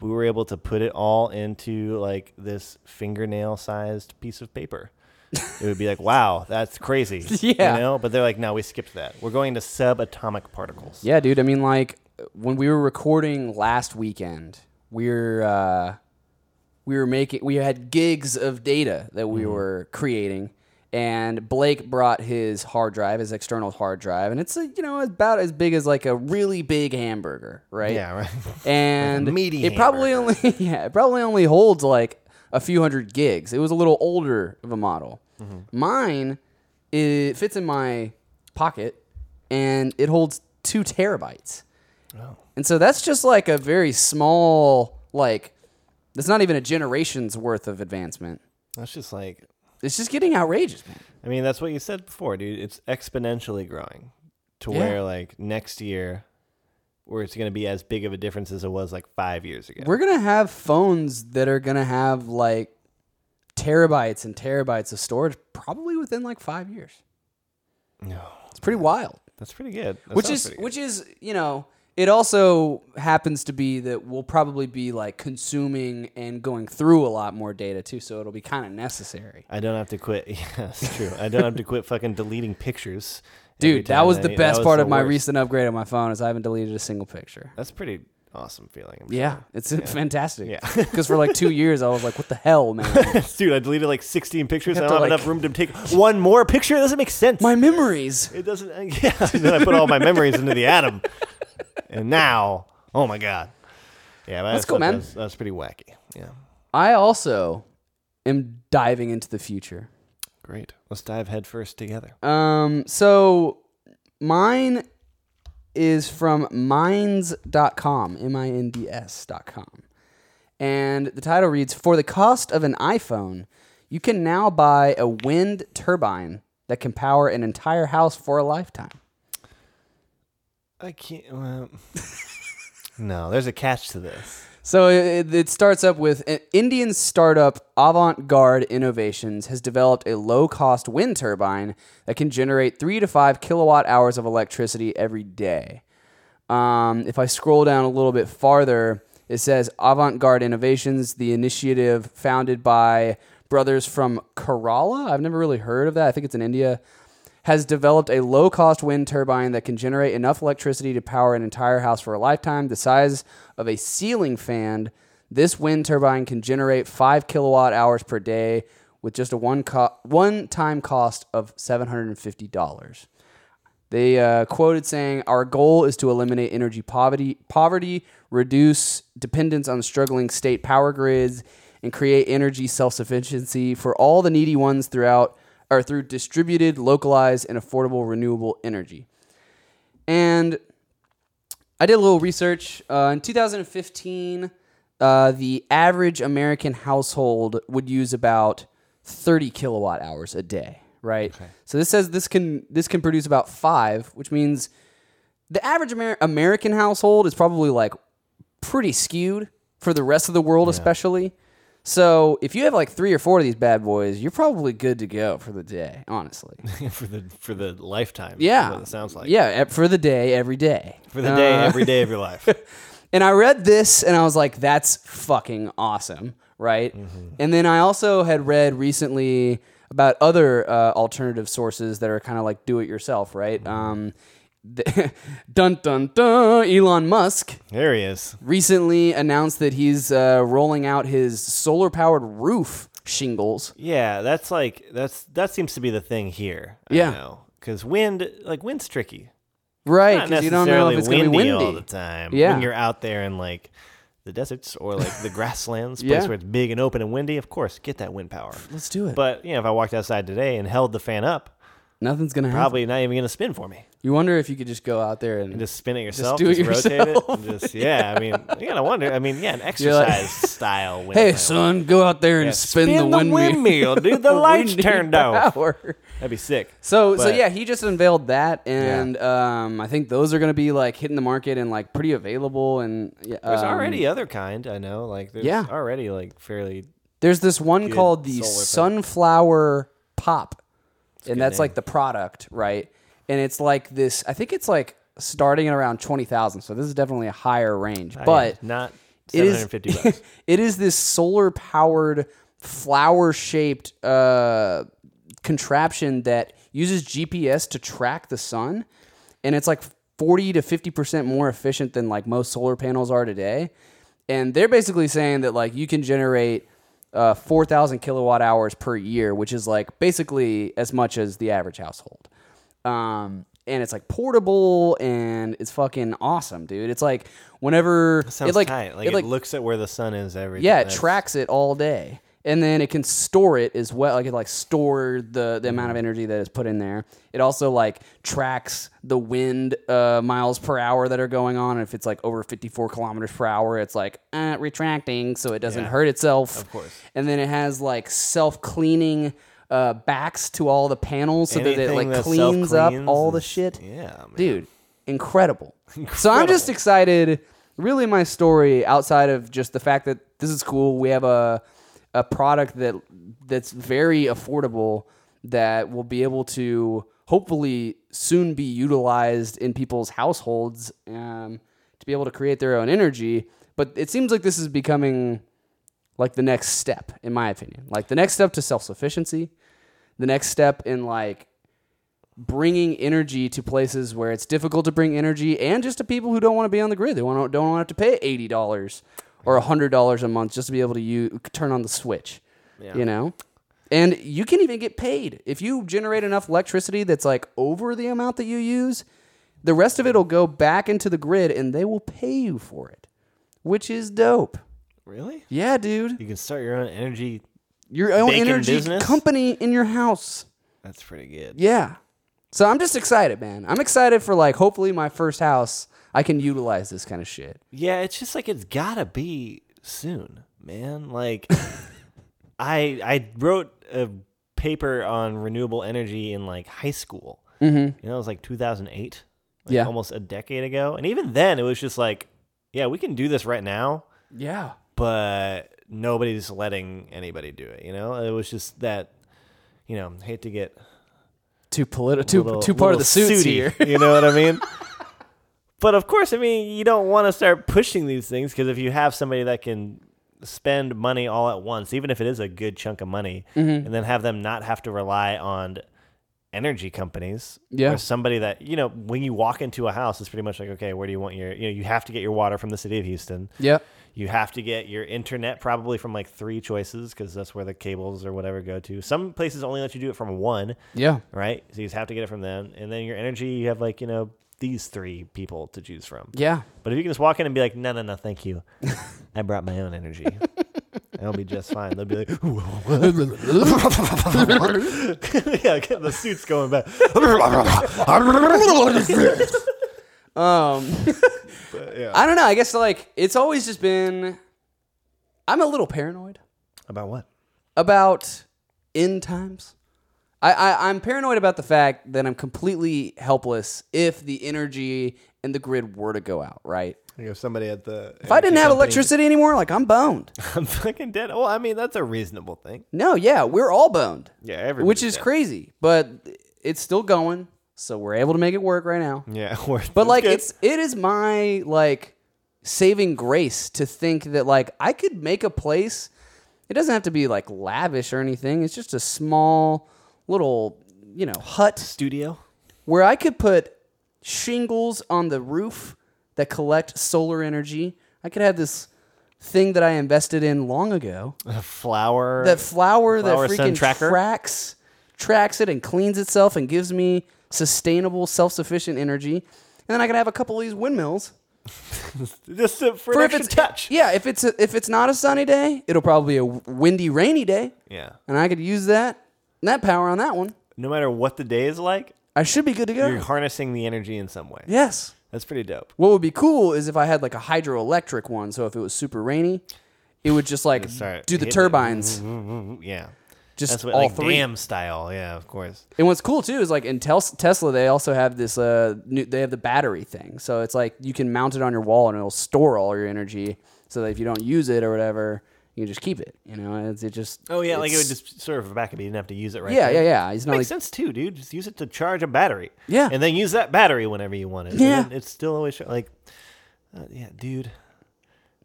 S3: We were able to put it all into like this fingernail sized piece of paper. It would be like, wow, that's crazy.
S4: Yeah.
S3: You know? But they're like, no, we skipped that. We're going to subatomic particles.
S4: Yeah, dude, I mean like when we were recording last weekend, we're uh we were making we had gigs of data that we were creating and Blake brought his hard drive, his external hard drive, and it's uh, you know about as big as like a really big hamburger, right?
S3: Yeah, right.
S4: And
S3: meaty
S4: it probably only yeah, it probably only holds like a few hundred gigs. It was a little older of a model. Mine it fits in my pocket and it holds 2 terabytes. And so that's just like a very small, like, that's not even a generation's worth of advancement.
S3: That's just like,
S4: It's just getting outrageous, man.
S3: I mean, that's what you said before, dude. It's exponentially growing to
S4: Yeah.
S3: where like next year, where it's going to be as big of a difference as it was like five years ago.
S4: We're going to have phones that are going to have like terabytes and terabytes of storage probably within like five years.
S3: No.
S4: It's pretty wild.
S3: That's pretty good. That
S4: which
S3: sounds
S4: is
S3: pretty good.
S4: which is you know It also happens to be that we'll probably be like consuming and going through a lot more data too, so it'll be kind of necessary.
S3: I don't have to quit. Yeah, that's true. I don't have to quit fucking deleting pictures. every
S4: Dude, that
S3: time
S4: was
S3: I-
S4: the best part
S3: the
S4: of my
S3: worst.
S4: recent upgrade on my phone is I haven't deleted a single picture.
S3: That's pretty awesome feeling. I'm
S4: Yeah, it's fantastic.
S3: Yeah.
S4: because for like two years I was like, "What the hell, man?
S3: sure. dude, I deleted like 16 pictures. I don't
S4: have to,
S3: have
S4: like-
S3: enough room to take one more picture. It doesn't make sense.
S4: my memories."
S3: It doesn't. Yeah. And then I put all my memories into the atom, and now, oh my god. Yeah, that's,
S4: cool, man.
S3: That's, that's pretty wacky. Yeah,
S4: I also am diving into the future.
S3: great. Let's dive headfirst together.
S4: Um, so mine is from minds.com, M I N D S.com. And the title reads For the cost of an iPhone, you can now buy a wind turbine that can power an entire house for a lifetime.
S3: I can't. Well, no, there's a catch to this.
S4: So it, it starts up with an Indian startup Avant Garde Innovations has developed a low cost wind turbine that can generate three to five kilowatt hours of electricity every day. Um, if I scroll down a little bit farther, it says Avant Garde Innovations, the initiative founded by brothers from Kerala. I've never really heard of that. I think it's in India. Has developed a low cost wind turbine that can generate enough electricity to power an entire house for a lifetime. The size of a ceiling fan, this wind turbine can generate five kilowatt hours per day with just a one co- one time cost of $750. They uh, quoted saying, "Our goal is to eliminate energy poverty, poverty, reduce dependence on struggling state power grids, and create energy self-sufficiency for all the needy ones throughout, or through distributed, localized, and affordable renewable energy." And I did a little research. Uh, in 2015, uh, the average American household would use about 30 kilowatt hours a day, right? So this says this can this can produce about five, which means the average Amer- American household is probably like pretty skewed for the rest of the world, especially. So if you have like three or four of these bad boys, you're probably good to go for the day, honestly.
S3: for the for the lifetime. is
S4: Yeah,
S3: what it sounds like.
S4: yeah e- for the day, every day,
S3: for the day,
S4: Uh,
S3: every day of your life.
S4: And I read this and I was like, that's fucking awesome, right?
S3: Mm-hmm.
S4: And then I also had read recently about other uh, alternative sources that are kind of like do it yourself, right?
S3: Mm-hmm.
S4: Um, the- dun dun dun, Elon Musk
S3: there he is.
S4: recently announced that he's uh, rolling out his solar powered roof shingles.
S3: Yeah, that's like that's that seems to be the thing here.
S4: Yeah.
S3: because wind like wind's tricky.
S4: Right,
S3: Not
S4: because you don't know
S3: necessarily
S4: if it's going to be
S3: windy
S4: windy.
S3: all the time.
S4: Yeah.
S3: when you're out there in like the deserts or like the grasslands,
S4: Yeah.
S3: place where it's big and open and windy, of course, get that wind power.
S4: Let's do it.
S3: But you know, if I walked outside today and held the fan up,
S4: Nothing's going to happen.
S3: probably not even going to spin for me.
S4: You wonder if you could just go out there and,
S3: Just spin it yourself,
S4: do it
S3: rotate it,
S4: yourself.
S3: and just yeah. I mean, you gotta wonder. I mean, yeah, an
S4: You're like-
S3: exercise style wind.
S4: hey,
S3: power.
S4: son, go out there and spin, the windmill.
S3: dude. The lights turned off.
S4: Power.
S3: That'd be sick.
S4: So so
S3: But-
S4: yeah, he just unveiled that, and um, I think those are going to be like hitting the market and like pretty available. And yeah,
S3: There's
S4: um,
S3: already other kind, I know. Like there's
S4: Yeah.
S3: already like fairly
S4: there's this one called the
S3: solar thing.
S4: Sunflower Pop, and that's
S3: name.
S4: like the product, right? And it's like this. I think it's like starting at around twenty thousand. So this is definitely a higher range, but
S3: not
S4: it
S3: seven
S4: is-
S3: hundred and fifty bucks.
S4: it is this solar powered flower shaped uh, contraption that uses GPS to track the sun, and it's like forty to fifty percent more efficient than like most solar panels are today. And they're basically saying that like you can generate uh, four thousand kilowatt hours per year, which is like basically as much as the average household. Um, and it's like portable and it's fucking awesome, dude. It's like whenever
S3: Sounds
S4: it like,
S3: tight. Like it, looks at where the sun is every
S4: yeah, it
S3: that's-
S4: tracks it all day, and then it can store it as well. Like it like store the the
S3: Mm-hmm.
S4: amount of energy that is put in there. It also like tracks the wind uh, miles per hour that are going on. And if it's like over fifty four kilometers per hour, it's like uh, retracting so it doesn't hurt itself. Of
S3: course.
S4: And then it has like self cleaning. Uh, backs to all the panels so that it
S3: Anything
S4: like
S3: that
S4: cleans up
S3: self-cleans
S4: all the
S3: is-
S4: shit
S3: Yeah, man.
S4: dude incredible. so i'm just excited really my story outside of just the fact that this is cool we have a a product that that's very affordable that will be able to hopefully soon be utilized in people's households um, to be able to create their own energy. But it seems like this is becoming like the next step, in my opinion. Like the next step to self sufficiency, the next step in like bringing energy to places where it's difficult to bring energy and just to people who don't want to be on the grid. They want to, don't want to have to pay $80 or $100 a month just to be able to u- turn on the switch, you know? And you can even get paid. If you generate enough electricity that's like over the amount that you use, the rest of it will go back into the grid and they will pay you for it, which is dope.
S3: Really?
S4: Yeah, dude.
S3: You can start your own energy.
S4: Your own
S3: Bacon
S4: energy
S3: business?
S4: company in your house.
S3: That's pretty good.
S4: Yeah. So I'm just excited, man. I'm excited for like hopefully my first house I can utilize this kind of shit.
S3: Yeah, it's just like it's gotta be soon, man. Like, I I wrote a paper on renewable energy in like high school. Mm-hmm. You know, it was like 2008. like,
S4: Yeah.
S3: almost a decade ago. And even then, it was just like, yeah, we can do this right now.
S4: Yeah.
S3: but nobody's letting anybody do it. You know, it was just that. You know, hate to get
S4: Too politi- too,
S3: little-
S4: too part
S3: little
S4: of the suits
S3: suity,
S4: here.
S3: You know what I mean? but of course, I mean you don't want to start pushing these things because if you have somebody that can spend money all at once, even if it is a good chunk of money,
S4: Mm-hmm.
S3: and then have them not have to rely on energy companies
S4: Yeah.
S3: or somebody that you know when you walk into a house it's pretty much like okay where do you want your you know you have to get your water from the city of houston
S4: Yep.
S3: you have to get your internet probably from like three choices because that's where the cables or whatever go to. Some places only let you do it from one,
S4: Yeah.
S3: right? So you just have to get it from them. And then your energy, you have like, you know, these three people to choose from.
S4: Yeah.
S3: But if you can just walk in and be like, no, no, no, thank you. I brought my own energy. That'll be just fine. They'll be like, yeah, get the suit's going back.
S4: Um I don't know. I guess like it's always just been I'm a little paranoid
S3: About what?
S4: about end times. I, I I'm paranoid about the fact that I'm completely helpless if the energy and the grid were to go out, right?
S3: If somebody at the.
S4: If I didn't have electricity anymore, like I'm boned.
S3: I'm fucking dead. Well, I mean, that's a reasonable thing.
S4: No, yeah, we're all boned.
S3: Yeah, everybody's
S4: which is
S3: dead.
S4: crazy, but it's still going, so we're able to make it work right now.
S3: Yeah,
S4: But like, it's it is my like saving grace to think that like I could make a place. It doesn't have to be like lavish or anything. It's just a small little you know hut
S3: studio.
S4: where I could put shingles on the roof that collect solar energy. I could have this thing that I invested in long ago
S3: A flower.
S4: that flower that
S3: Flower sun
S4: freaking
S3: tracker?
S4: tracks tracks it and cleans itself and gives me sustainable self-sufficient energy and then i can have a couple of these windmills
S3: just uh, for,
S4: Or
S3: an
S4: if
S3: extra
S4: it's
S3: touch.
S4: yeah if it's a, if it's not a sunny day it'll probably be a windy rainy day
S3: Yeah.
S4: and i could use that that power on that one
S3: No matter what the day is like,
S4: i should be good to go
S3: you're harnessing the energy in some way.
S4: yes
S3: That's pretty dope.
S4: what would be cool is if i had like a hydroelectric one so if it was super rainy it would just like
S3: Sorry,
S4: do the
S3: hit it.
S4: turbines
S3: Yeah.
S4: just
S3: That's what
S4: all
S3: like
S4: three
S3: dam style. Yeah, of course.
S4: And what's cool too is like in Tel- Tesla, they also have this uh, new, they have the battery thing. So it's like you can mount it on your wall and it'll store all your energy. So that if you don't use it or whatever, you can just keep it. You know, it's, it just
S3: Oh yeah, like it would
S4: it's-
S3: just sort of back up. You didn't have to use it right.
S4: yeah,
S3: there.
S4: yeah, yeah. It's not
S3: Makes
S4: like
S3: sense too, dude. Just use it to charge a battery.
S4: Yeah.
S3: and then use that battery whenever you want it. And
S4: Yeah.
S3: then it's still always char- like, uh, yeah, dude.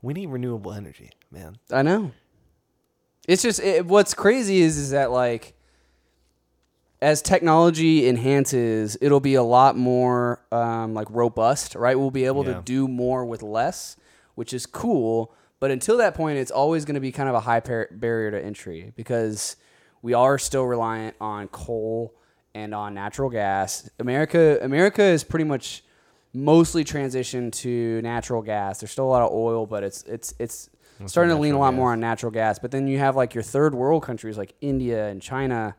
S3: We need renewable energy, man.
S4: I know. It's just it, what's crazy is is that like as technology enhances, it'll be a lot more um, like robust, right? We'll be able
S3: Yeah.
S4: to do more with less, which is cool. But until that point, it's always going to be kind of a high par- barrier to entry because we are still reliant on coal and on natural gas. America, America is pretty much mostly transitioned to natural gas. There's still a lot of oil, but it's it's it's starting to lean a lot more on natural gas. But then you have like your third world countries like India and China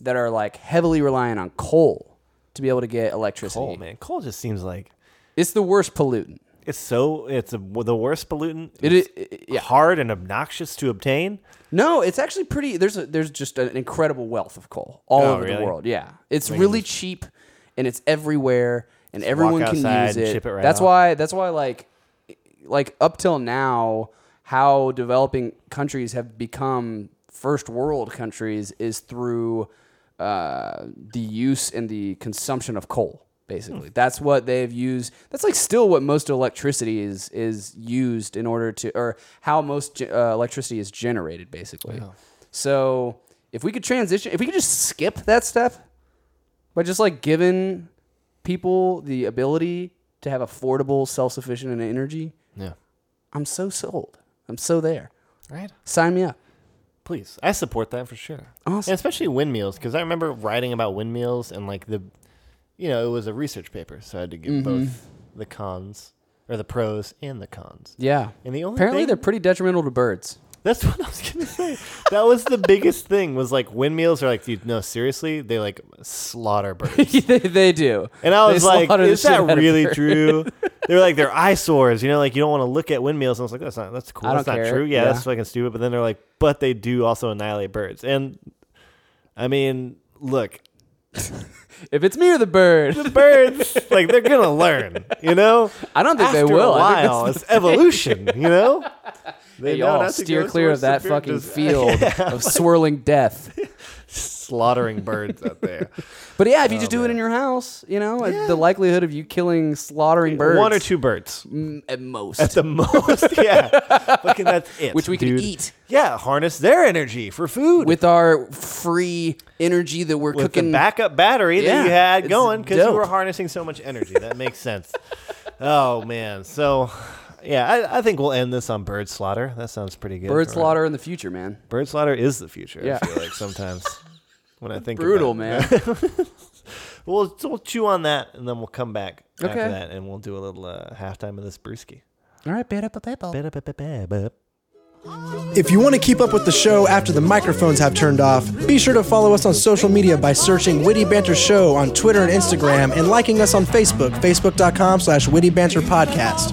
S4: that are like heavily reliant on coal to be able to get electricity.
S3: Coal, man. Coal just seems like
S4: It's the worst pollutant.
S3: it's so. It's a, the worst pollutant.
S4: It
S3: It's
S4: is it- yeah.
S3: hard and obnoxious to obtain.
S4: No, it's actually pretty. There's a, there's just an incredible wealth of coal all
S3: Oh,
S4: over the
S3: really?
S4: world. Yeah, it's really cheap, and it's everywhere, and everyone can
S3: outside
S4: use
S3: and
S4: it.
S3: ship it right
S4: that's
S3: off.
S4: why. That's why. Like, like up till now, how developing countries have become first world countries is through uh, the use and the consumption of coal.
S3: Hmm.
S4: Basically, that's what they've used. That's like still what most electricity is is used in order to, or how most ge- uh, electricity is generated. Basically, so if we could transition, if we could just skip that step by just like giving people the ability to have affordable, self sufficient, and energy,
S3: Yeah.
S4: I'm so sold. I'm so there.
S3: Right.
S4: Sign me up.
S3: Please, I support that for sure.
S4: Awesome.
S3: And especially windmills, because I remember writing about windmills and like the, you know, it was a research paper, so I had to give both the cons or the pros and the cons.
S4: Yeah.
S3: And the only
S4: Apparently,
S3: thing-
S4: they're pretty detrimental to birds.
S3: That's what I was gonna say. that was the biggest thing was like windmills are like, dude, no, seriously, they like slaughter birds.
S4: they, they do.
S3: And I
S4: They
S3: was like,
S4: slaughter the
S3: is
S4: shit
S3: that
S4: out of
S3: really
S4: birds.
S3: true? they were like, they're eyesores, you know, like you don't want to look at windmills. And I was like, that's not, that's cool.
S4: I
S3: That's
S4: don't
S3: not
S4: care.
S3: true. Yeah,
S4: Yeah.
S3: that's fucking stupid. But then they're like, but they do also annihilate birds. And I mean, look,
S4: If it's me or the bird,
S3: birds, like they're gonna learn, you know.
S4: I don't think they
S3: After
S4: will.
S3: A
S4: I think
S3: while, it's evolution, you know. They
S4: Hey,
S3: know
S4: y'all
S3: not to
S4: steer
S3: go
S4: clear
S3: towards
S4: of that
S3: the bird
S4: fucking
S3: dis-
S4: field of swirling death.
S3: slaughtering birds out there.
S4: But yeah, if
S3: Oh,
S4: you just do it in your house, you know, uh, the likelihood of you killing, slaughtering birds,
S3: One or two birds
S4: mm, at most,
S3: at the most. Yeah, fucking that's it.
S4: which we
S3: dude.
S4: can eat
S3: Yeah, harness their energy for food
S4: with our free energy that we're
S3: with
S4: cooking.
S3: the backup battery
S4: Yeah,
S3: that you had
S4: it's
S3: going because you
S4: dope.
S3: were harnessing so much energy. That makes sense. oh man, so. Yeah, I, I think we'll end this on bird slaughter. That sounds pretty good.
S4: bird
S3: Right.
S4: slaughter in the future, man.
S3: Bird slaughter is the future.
S4: Yeah.
S3: I feel like sometimes when I think
S4: Brutal,
S3: about it.
S4: man.
S3: We'll so we'll chew on that and then we'll come back
S4: Okay.
S3: after that and we'll do a little uh, halftime of this brewski.
S4: All right, bad up a table.
S5: If you want to keep up with the show after the microphones have turned off, be sure to follow us on social media by searching Witty Banter Show on Twitter and Instagram and liking us on Facebook, facebook.com slash Witty Banter Podcast.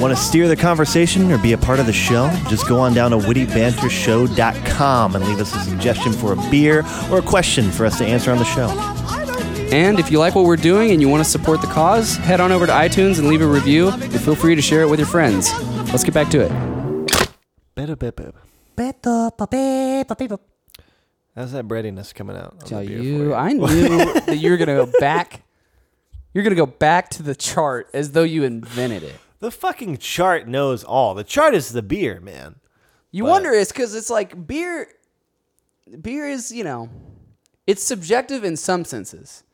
S3: Want to steer the conversation or be a part of the show? Just go on down to wittybantershow.com and leave us a suggestion for a beer or a question for us to answer on the show.
S4: And if you like what we're doing and you want to support the cause, head on over to iTunes and leave a review, and feel free to share it with your friends. Let's get back to it.
S3: How's that breadiness coming out? on
S4: Tell
S3: the beer
S4: you,
S3: for
S4: I knew that you were gonna go back. You're gonna go back to the chart as though you invented it.
S3: The fucking chart knows all. The chart is the beer, man.
S4: You wonder it's because it's like beer. Beer is you know, it's subjective in some senses,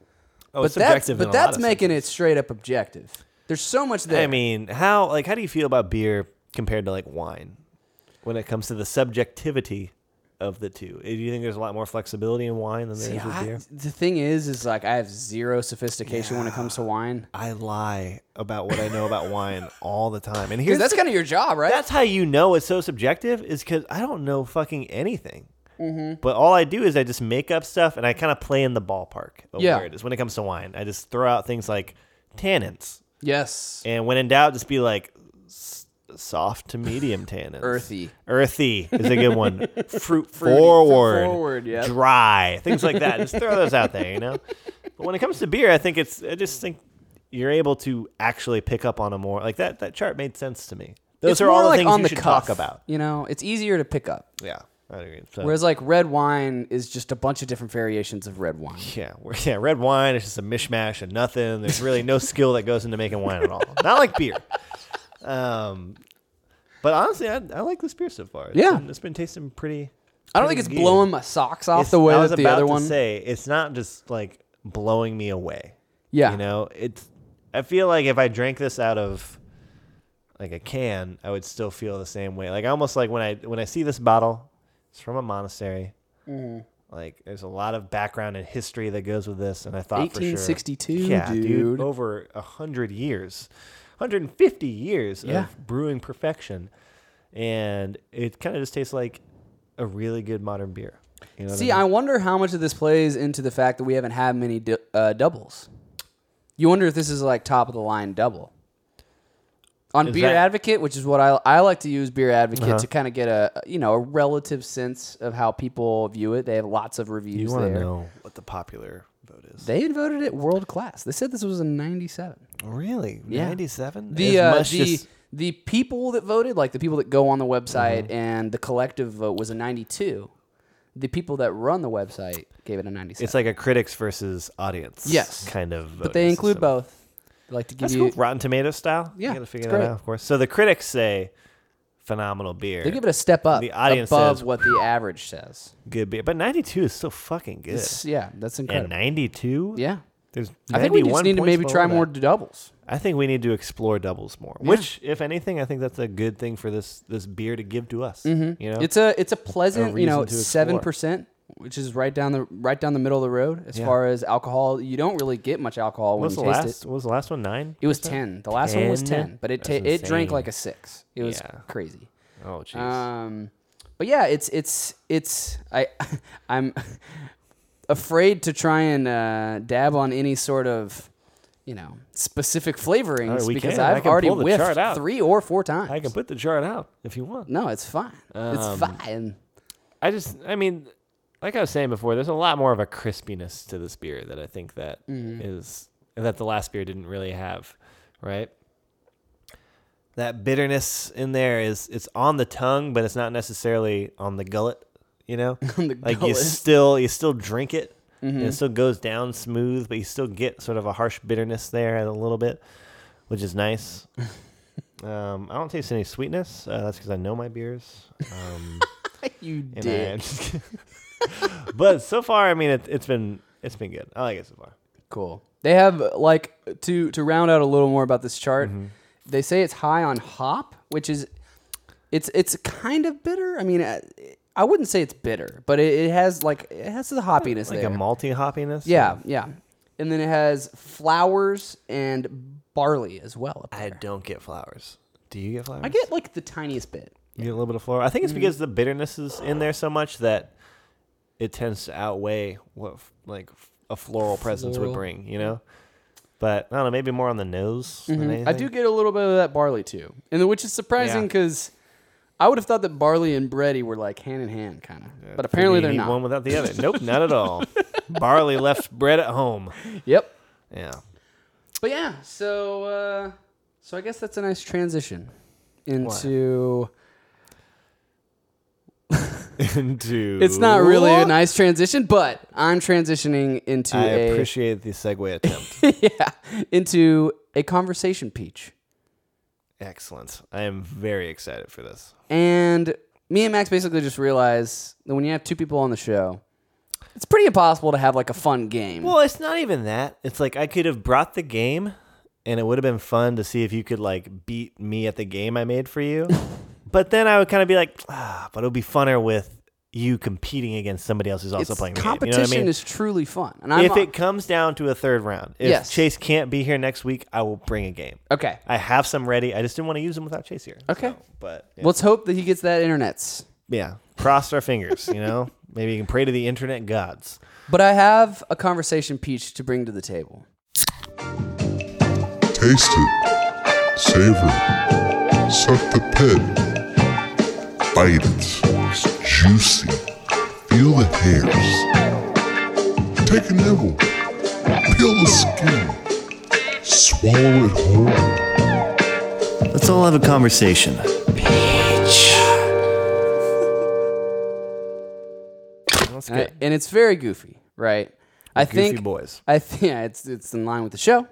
S3: Oh,
S4: but
S3: it's
S4: that's
S3: subjective in
S4: but
S3: a lot
S4: that's
S3: of
S4: making it straight up objective. There's so much there.
S3: I mean, how like how do you feel about beer compared to like wine when it comes to the subjectivity of the two? Do you think there's a lot more flexibility in wine than there is
S4: See,
S3: with
S4: I-
S3: beer?
S4: the thing is, is like I have zero sophistication when it comes to wine.
S3: I lie about what I know about wine all the time, and here's
S4: Because that's
S3: the-
S4: kind of your job, right?
S3: that's how you know it's so subjective is because I don't know fucking anything. But all I do is I just make up stuff and I kind of play in the ballpark of
S4: Yeah.
S3: where it is when it comes to wine. I just throw out things like tannins,
S4: yes.
S3: and when in doubt, just be like s- soft to medium tannins.
S4: Earthy.
S3: Earthy is a good one. Fruit forward.
S4: forward, yeah.
S3: Dry. Things like that. just throw those out there, you know? But when it comes to beer, I think it's, I just think you're able to actually pick up on a more, like that, that chart made sense to me. Those
S4: It's
S3: are
S4: more
S3: all the
S4: like
S3: things
S4: on
S3: you
S4: the
S3: should
S4: cuff,
S3: talk about.
S4: You know, it's easier to pick up.
S3: Yeah. I agree. So,
S4: Whereas like red wine is just a bunch of different variations of red wine.
S3: yeah, we're- yeah, red wine is just a mishmash and nothing. There's really no skill that goes into making wine at all. Not like beer. Um, but honestly, I, I like this beer so far. It's
S4: Yeah.
S3: been- it's been tasting pretty.
S4: I don't think it's
S3: pretty good.
S4: blowing my socks off
S3: It's-
S4: the way
S3: I was
S4: that the
S3: about
S4: other
S3: to
S4: one.
S3: Say it's not just like blowing me away.
S4: yeah,
S3: You know, it's. I feel like if I drank this out of like a can, I would still feel the same way. Like almost like when I when I see this bottle, it's from a monastery.
S4: Mm-hmm.
S3: Like there's a lot of background and history that goes with this, and I thought for sure-
S4: 1862,
S3: yeah,
S4: dude.
S3: over a hundred years, 150 years
S4: Yeah.
S3: of brewing perfection, and it kind of just tastes like a really good modern beer. You know what I
S4: See,
S3: mean?
S4: I wonder how much of this plays into the fact that we haven't had many du- uh, doubles. You wonder if this is like top of the line double. On
S3: Is
S4: Beer
S3: that- Uh-huh.
S4: Advocate, which is what I, I like to use Beer Advocate to kind of get a you know a relative sense of how people view it. They have lots of
S3: You
S4: reviews
S3: want to
S4: there.
S3: know what the popular vote is?
S4: They voted it world class. They said this was a 97.
S3: Really,
S4: Yeah.
S3: ninety-seven.
S4: The uh, the the
S3: Mm-hmm.
S4: people that voted, like the people that go on the website and the collective vote was a 92. the people that run the website gave it a 97.
S3: It's like a critics versus audience.
S4: Yes.
S3: Kind of. uh,
S4: but they include both. They like to give
S3: That's
S4: you
S3: cool. Rotten Tomato style.
S4: Yeah,
S3: You gotta figure
S4: it's
S3: that
S4: great.
S3: out, of course. So the critics say phenomenal beer.
S4: they give it a step up
S3: The audience
S4: above
S3: says-
S4: what the average says.
S3: good beer. But 92 is still fucking good.
S4: It's- yeah, that's
S3: and
S4: incredible.
S3: 92?
S4: Yeah.
S3: There's
S4: I think we just
S3: 91
S4: need to
S3: points
S4: maybe try
S3: below
S4: more
S3: that.
S4: doubles.
S3: I think we need to explore doubles more. Which, if anything, I think that's a good thing for this this beer to give to us. You know,
S4: Mm-hmm. It's a it's a pleasant, you know,
S3: reason to explore.
S4: seven percent, which is right down the right down the middle of the road as
S3: Yeah.
S4: far as alcohol. You don't really get much alcohol
S3: what
S4: when
S3: was
S4: you
S3: the
S4: taste
S3: last?
S4: it.
S3: What was the last one? Nine.
S4: It was ten. The last one was
S3: 10?
S4: ten, but it ta-
S3: That's
S4: it drank
S3: insane.
S4: like a six. It was
S3: Yeah.
S4: crazy.
S3: Oh, jeez.
S4: Um, but yeah, it's it's it's I I'm afraid to try and uh, dab on any sort of you know specific flavorings
S3: right, we
S4: because
S3: can. I
S4: I've
S3: can
S4: already
S3: pull the chart
S4: whiffed
S3: out.
S4: three or four times.
S3: I can put the chart out if you want.
S4: no, it's fine.
S3: Um,
S4: it's fine.
S3: I just, I mean, like I was saying before, there's a lot more of a crispiness to this beer that I think that is that the last beer didn't really have, right? That bitterness in there is it's on the tongue, but it's not necessarily on the gullet. You know,
S4: On the
S3: like you
S4: gullet.
S3: still you still drink it, and it still goes down smooth, but you still get sort of a harsh bitterness there and a little bit, which is nice. Um, I don't taste any sweetness. Uh, that's because I know my beers. Um,
S4: You
S3: and I-
S4: did
S3: but so far, I mean, it, it's been it's been good. I like it so far.
S4: cool. They have like to to round out a little more about this chart.
S3: Mm-hmm.
S4: They say it's high on hop, which is it's it's kind of bitter. I mean, uh, I wouldn't say it's bitter, but it, it has like it has the hoppiness
S3: Like
S4: there.
S3: a malty hoppiness.
S4: Yeah, yeah. And then it has flowers and barley as well. Up
S3: I
S4: there.
S3: don't get flowers. Do you get flowers?
S4: I get Mm. like the tiniest bit.
S3: You get a little bit of flower. I think it's because the bitterness is in there so much that it tends to outweigh what f- like f- a floral presence would
S4: Floral.
S3: bring. You know. But I don't know, maybe more on the nose. Than anything.
S4: Mm-hmm. I do get a little bit of that barley too, and then- which is surprising
S3: Yeah.
S4: because I would have thought that barley and bready were like hand in hand, kind of. but apparently
S3: You
S4: they're
S3: need
S4: not.
S3: One without the other. Nope, not at all. Barley left bread at home.
S4: Yep.
S3: Yeah.
S4: But yeah, so uh, so I guess that's a nice transition into.
S3: Into
S4: It's not really a nice transition, but I'm transitioning into
S3: I
S4: a
S3: appreciate the segue attempt.
S4: yeah into a conversation peach.
S3: Excellent. I am very excited for this.
S4: And me and Max basically just realized that when you have two people on the show, it's pretty impossible to have like a fun game.
S3: Well, it's not even that. It's like I could have brought the game and it would have been fun to see if you could like beat me at the game I made for you. but then I would kind of be like, ah, but it'll be funner with you competing against somebody else who's also
S4: It's-
S3: playing the game. You know what I
S4: competition
S3: mean?
S4: is truly fun. And I'm
S3: if it comes down to a third round, if
S4: Yes.
S3: Chase can't be here next week, I will bring a game.
S4: okay,
S3: I have some ready. I just didn't want to use them without Chase here.
S4: Okay.
S3: So, but yeah.
S4: let's hope that he gets that internets.
S3: yeah, cross our fingers, you know? Maybe you can pray to the internet gods.
S4: But I have a conversation peach to bring to the table.
S6: Taste it. Savor it. Suck the pit. Bite it. It's juicy. Feel the hairs. Take a nibble. Peel the skin. Swallow it whole.
S1: Let's all have a conversation.
S3: That's
S4: And, I-
S3: good.
S4: and it's very goofy, right? I
S3: Goofy
S4: think
S3: boys.
S4: I think yeah, it's it's in line with the show.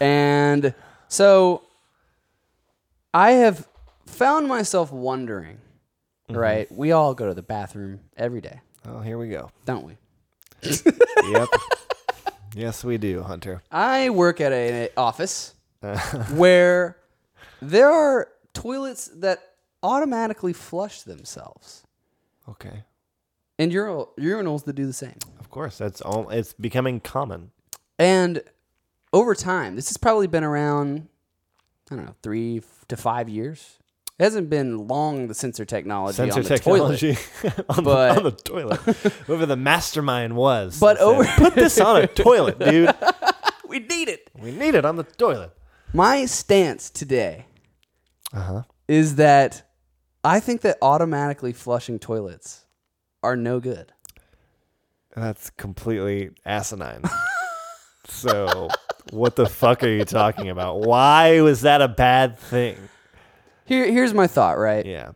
S4: and so I have found myself wondering,
S3: Mm-hmm.
S4: right? We all go to the bathroom every day,
S3: Oh, here we go.
S4: don't we?
S3: Yep. yes, we do, Hunter.
S4: I work at a- an office where there are toilets that automatically flush themselves
S3: Okay.
S4: and urinal, urinals that do the same.
S3: Of course, that's all. It's becoming common.
S4: And over time, this has probably been around, I don't know, three f- to five years. It hasn't been long the sensor technology
S3: Sensor
S4: on the toilet.
S3: technology on,
S4: But-
S3: the, on the toilet. Whoever the mastermind was.
S4: But
S3: that said,
S4: over-
S3: put this on a toilet, dude.
S4: We need it.
S3: We need it on the toilet.
S4: My stance today
S3: Uh-huh.
S4: is that I think that automatically flushing toilets are no good.
S3: That's completely asinine. so, what the fuck are you talking about? Why was that a bad thing?
S4: Here, here's my thought, right?
S3: Yeah.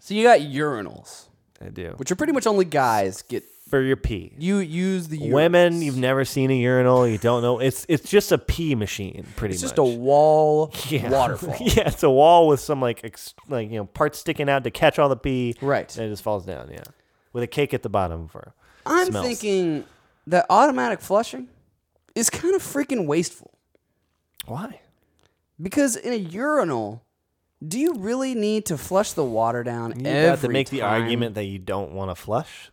S4: So you got urinals,
S3: I do.
S4: which are pretty much only guys get.
S3: For your pee.
S4: You use the
S3: Women,
S4: urinals.
S3: you've never seen a urinal. You don't know. It's it's just a pee machine, pretty
S4: It's
S3: much.
S4: just a wall
S3: Yeah.
S4: waterfall.
S3: yeah, it's a wall with some like ex- like you know parts sticking out to catch all the pee.
S4: Right.
S3: And it just falls down. Yeah. With a cake at the bottom for.
S4: I'm
S3: smells.
S4: thinking that automatic flushing is kind of freaking wasteful
S3: Why?
S4: because in a urinal, do you really need to flush the water down
S3: You
S4: every
S3: have to make the
S4: time?
S3: argument that you don't want to flush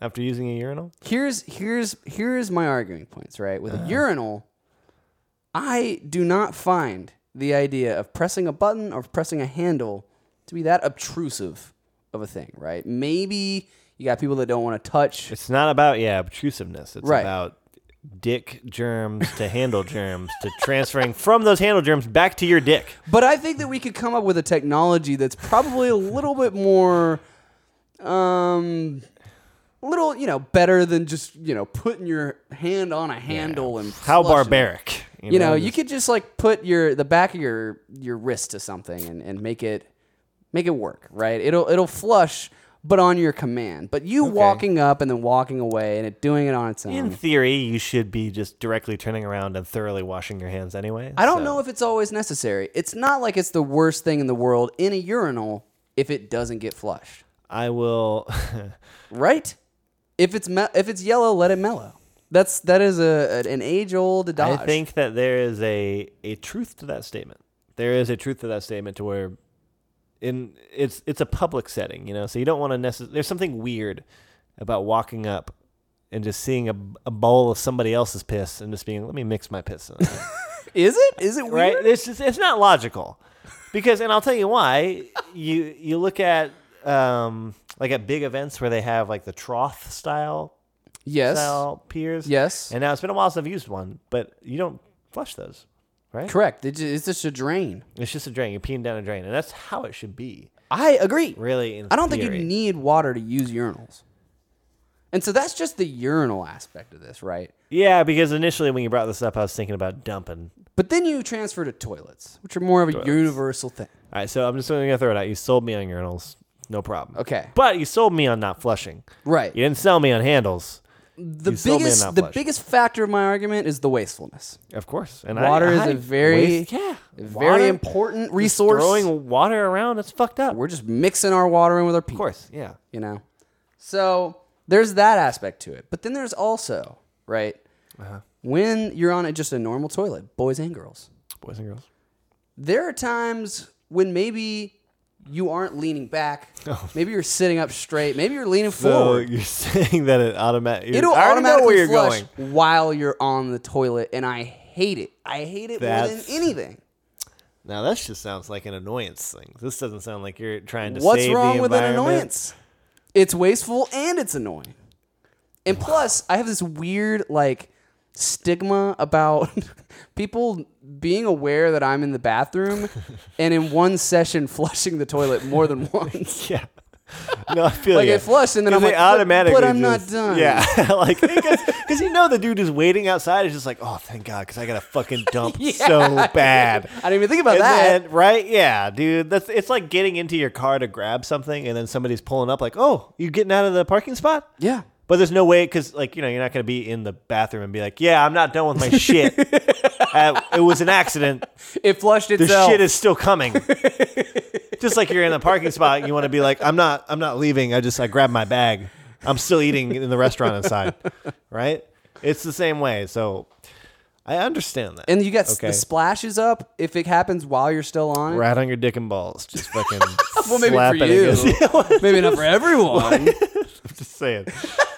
S3: after using a urinal.
S4: Here's here's here's my arguing points. Right with
S3: Uh-huh.
S4: a urinal, I do not find the idea of pressing a button or pressing a handle to be that obtrusive of a thing. Right? Maybe you got people that don't want to touch.
S3: It's not about yeah obtrusiveness. It's
S4: Right.
S3: about dick germs to handle germs to transferring from those handle germs back to your dick.
S4: But I think that we could come up with a technology that's probably a little bit more, um, little you know better than just you know putting your hand on a handle and
S3: How
S4: flushing it.
S3: barbaric.
S4: You know,
S3: just-
S4: you could just like put your the back of your your wrist to something and, and make it make it work, right? It'll it'll flush, but on your command. But you walking up and then walking away and it doing it on its own.
S3: In theory, you should be just directly turning around and thoroughly washing your hands anyway.
S4: I don't
S3: so-
S4: know if it's always necessary. It's not like it's the worst thing in the world in a urinal if it doesn't get flushed,
S3: I will.
S4: right? If it's me- if it's yellow, let it mellow. That's that is a an age old adage.
S3: I think that there is a a truth to that statement. There is a truth to that statement to where in it's it's a public setting, you know. So you don't want to necessarily there's something weird about walking up and just seeing a, a bowl of somebody else's piss and just being, let me mix my piss in. it."
S4: is it is it weird?
S3: right? It's just, it's not logical. Because and I'll tell you why. You you look at um like at big events where they have like the trough style
S4: Yes,
S3: style piers.
S4: Yes.
S3: And now it's been a while since I've used one, but you don't flush those.
S4: correct. It's ju- it's just a drain.
S3: It's just a drain. You're peeing down a drain, and that's how it should be.
S4: I agree.
S3: Really, in
S4: I don't think
S3: theory.
S4: you need water to use urinals. And so that's just the urinal aspect of this, right?
S3: Yeah, because initially when you brought this up, I was thinking about dumping.
S4: But then you transfer to toilets, which are more of a universal thing.
S3: All right, so I'm just going to throw it out. You sold me on urinals, no problem.
S4: Okay.
S3: but you sold me on not flushing.
S4: Right.
S3: You didn't sell me on handles,
S4: the
S3: you sold me on
S4: biggest
S3: that
S4: the
S3: flush.
S4: biggest factor of my argument is the wastefulness.
S3: of course. And
S4: Water is
S3: a
S4: a very-
S3: yeah,
S4: A very
S3: Water,
S4: important
S3: just
S4: resource.
S3: Throwing water around, it's fucked up.
S4: We're just mixing our water in with our pee.
S3: of course, yeah.
S4: You know? So there's that aspect to it. But then there's also, right?
S3: Uh-huh.
S4: When you're on a, just a normal toilet, boys and girls,
S3: Boys and girls.
S4: there are times when maybe you aren't leaning back. Maybe you're sitting up straight. Maybe you're leaning
S3: Oh. So
S4: forward.
S3: you're saying that it automatically?
S4: It'll
S3: I already know
S4: automatically
S3: where you're
S4: flush
S3: going.
S4: while you're on the toilet, and I hate it. I hate it more
S3: That's-
S4: than anything.
S3: Now that just sounds like an annoyance thing. This doesn't sound like you're trying to.
S4: What's
S3: save the
S4: wrong with an
S3: environment.
S4: annoyance? It's wasteful and it's annoying. And plus, I have this weird like stigma about people being aware that I'm in the bathroom and in one session flushing the toilet more than once.
S3: Yeah. No, I feel
S4: Like,
S3: ya.
S4: I flushed and then
S3: 'Cause
S4: I'm
S3: they
S4: like, but-
S3: automatically
S4: but I'm not
S3: just-
S4: done.
S3: Yeah, like because you know the dude is waiting outside. Is just like, oh, thank God, because I gotta fucking dump so bad.
S4: I didn't even think about
S3: And
S4: that.
S3: then- right? Yeah, dude. That's it's like getting into your car to grab something, and then somebody's pulling up, like, oh, you getting out of the parking spot?
S4: yeah.
S3: But there's no way, because like you know, you're not gonna be in the bathroom and be like, yeah, I'm not done with my shit. Uh, it was an accident.
S4: It flushed
S3: The
S4: itself.
S3: shit is still coming. just like you're in a parking spot, and you want to be like, I'm not, I'm not leaving. I just, I grabbed my bag. I'm still eating in the restaurant inside, right? It's the same way. So I understand that.
S4: and you got s-
S3: Okay.
S4: the splashes up if it happens while you're still on it.
S3: right on your dick and balls, just fucking
S4: Well, maybe
S3: slap
S4: for
S3: it
S4: you.
S3: against-
S4: maybe not for everyone.
S3: just saying,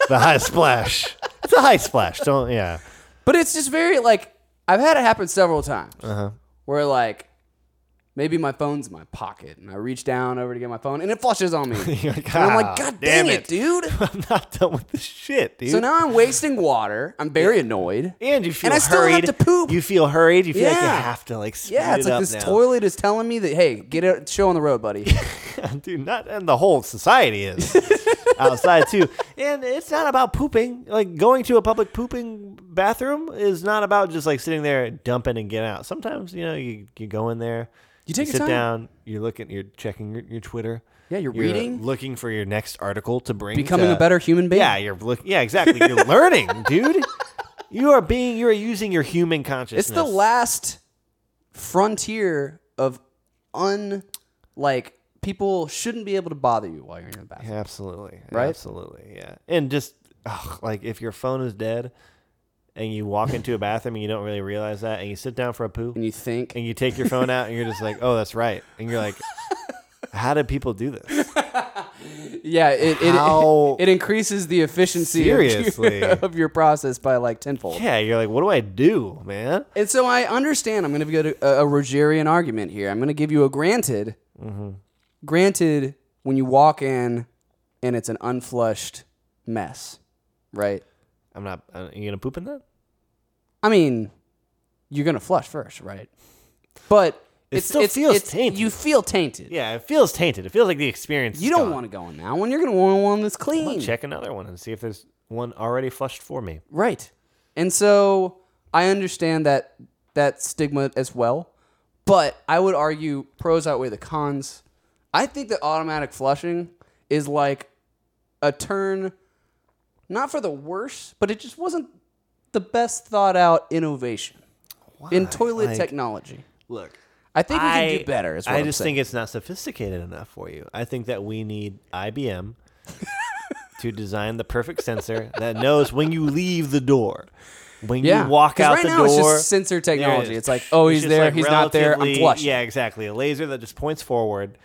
S3: the high splash. It's a high splash. Don't yeah.
S4: But it's just very like I've had it happen several times.
S3: Uh-huh.
S4: Where like maybe my phone's in my pocket and I reach down over to get my phone and it flushes on me.
S3: You're like,
S4: and I'm
S3: "Ah,
S4: like, God
S3: damn
S4: damn, it,
S3: it."
S4: dude.
S3: I'm not done with this shit, dude.
S4: so now I'm wasting water. I'm very annoyed.
S3: and you feel
S4: and I still
S3: hurried.
S4: have to poop.
S3: You feel hurried. You feel like you
S4: Yeah.
S3: have to like speed
S4: yeah, it's
S3: it
S4: like
S3: up
S4: this
S3: now.
S4: toilet is telling me that hey, get a show on the road, buddy.
S3: Dude, not and the whole society is. outside too. And it's not about pooping. Like going to a public pooping bathroom is not about just like sitting there dumping and getting out. Sometimes you know you, you go in there,
S5: You take your
S3: sit
S5: time.
S3: down, you're looking, you're checking your, your Twitter.
S4: Yeah, you're reading.
S3: looking for your next article to bring
S4: Becoming
S3: to-
S4: a better human being.
S3: Yeah, you're look. Yeah, exactly. You're learning, dude. You are being. You are using your human consciousness.
S4: It's the last frontier of un like people shouldn't be able to bother you while you're in the bathroom.
S3: Absolutely.
S4: Right?
S3: Absolutely. Yeah. And just ugh, like if your phone is dead and you walk into a bathroom and you don't really realize that and you sit down for a poo
S4: And you think
S3: and you take your phone out and you're just like, oh, that's right. And you're like, how did people do this?
S4: Yeah, it it,
S3: How-
S4: it increases the efficiency of
S3: Seriously.
S4: your, of your process by like tenfold.
S3: Yeah. You're like, what do I do, man?
S4: And so I understand. I'm going to go to a, a Rogerian argument here. I'm going to give you a granted.
S3: Mm-hmm.
S4: Granted, when you walk in and it's an unflushed mess, right?
S3: I'm not, are you going to poop in that?
S4: I mean, you're going to flush first, right? But
S3: It still feels tainted.
S4: You feel tainted.
S3: Yeah. It feels tainted. It feels like the experience.
S4: You don't want to go in that one. You're going to want one that's clean.
S3: to check another one and see if there's one already flushed for me.
S4: Right. And so I understand that that stigma as well, but I would argue pros outweigh the cons. I think that automatic flushing is like a turn not for the worse, but it just wasn't the best thought out innovation in toilet
S3: Like-
S4: technology.
S3: Look,
S4: I think we can do better. Is what
S3: I
S4: I'm
S3: just
S4: saying.
S3: think it's not sophisticated enough for you. I think that we need IBM to design the perfect sensor that knows when you leave the door, when
S4: Yeah.
S3: you walk
S4: 'Cause
S3: out
S4: right
S3: the
S4: now it's
S3: door.
S4: just sensor
S3: there it
S4: technology.
S3: is.
S4: It's like, oh, he's
S3: just
S4: there, he's not there, I'm
S3: relatively-
S4: flushed.
S3: Yeah, exactly. A laser that just points forward.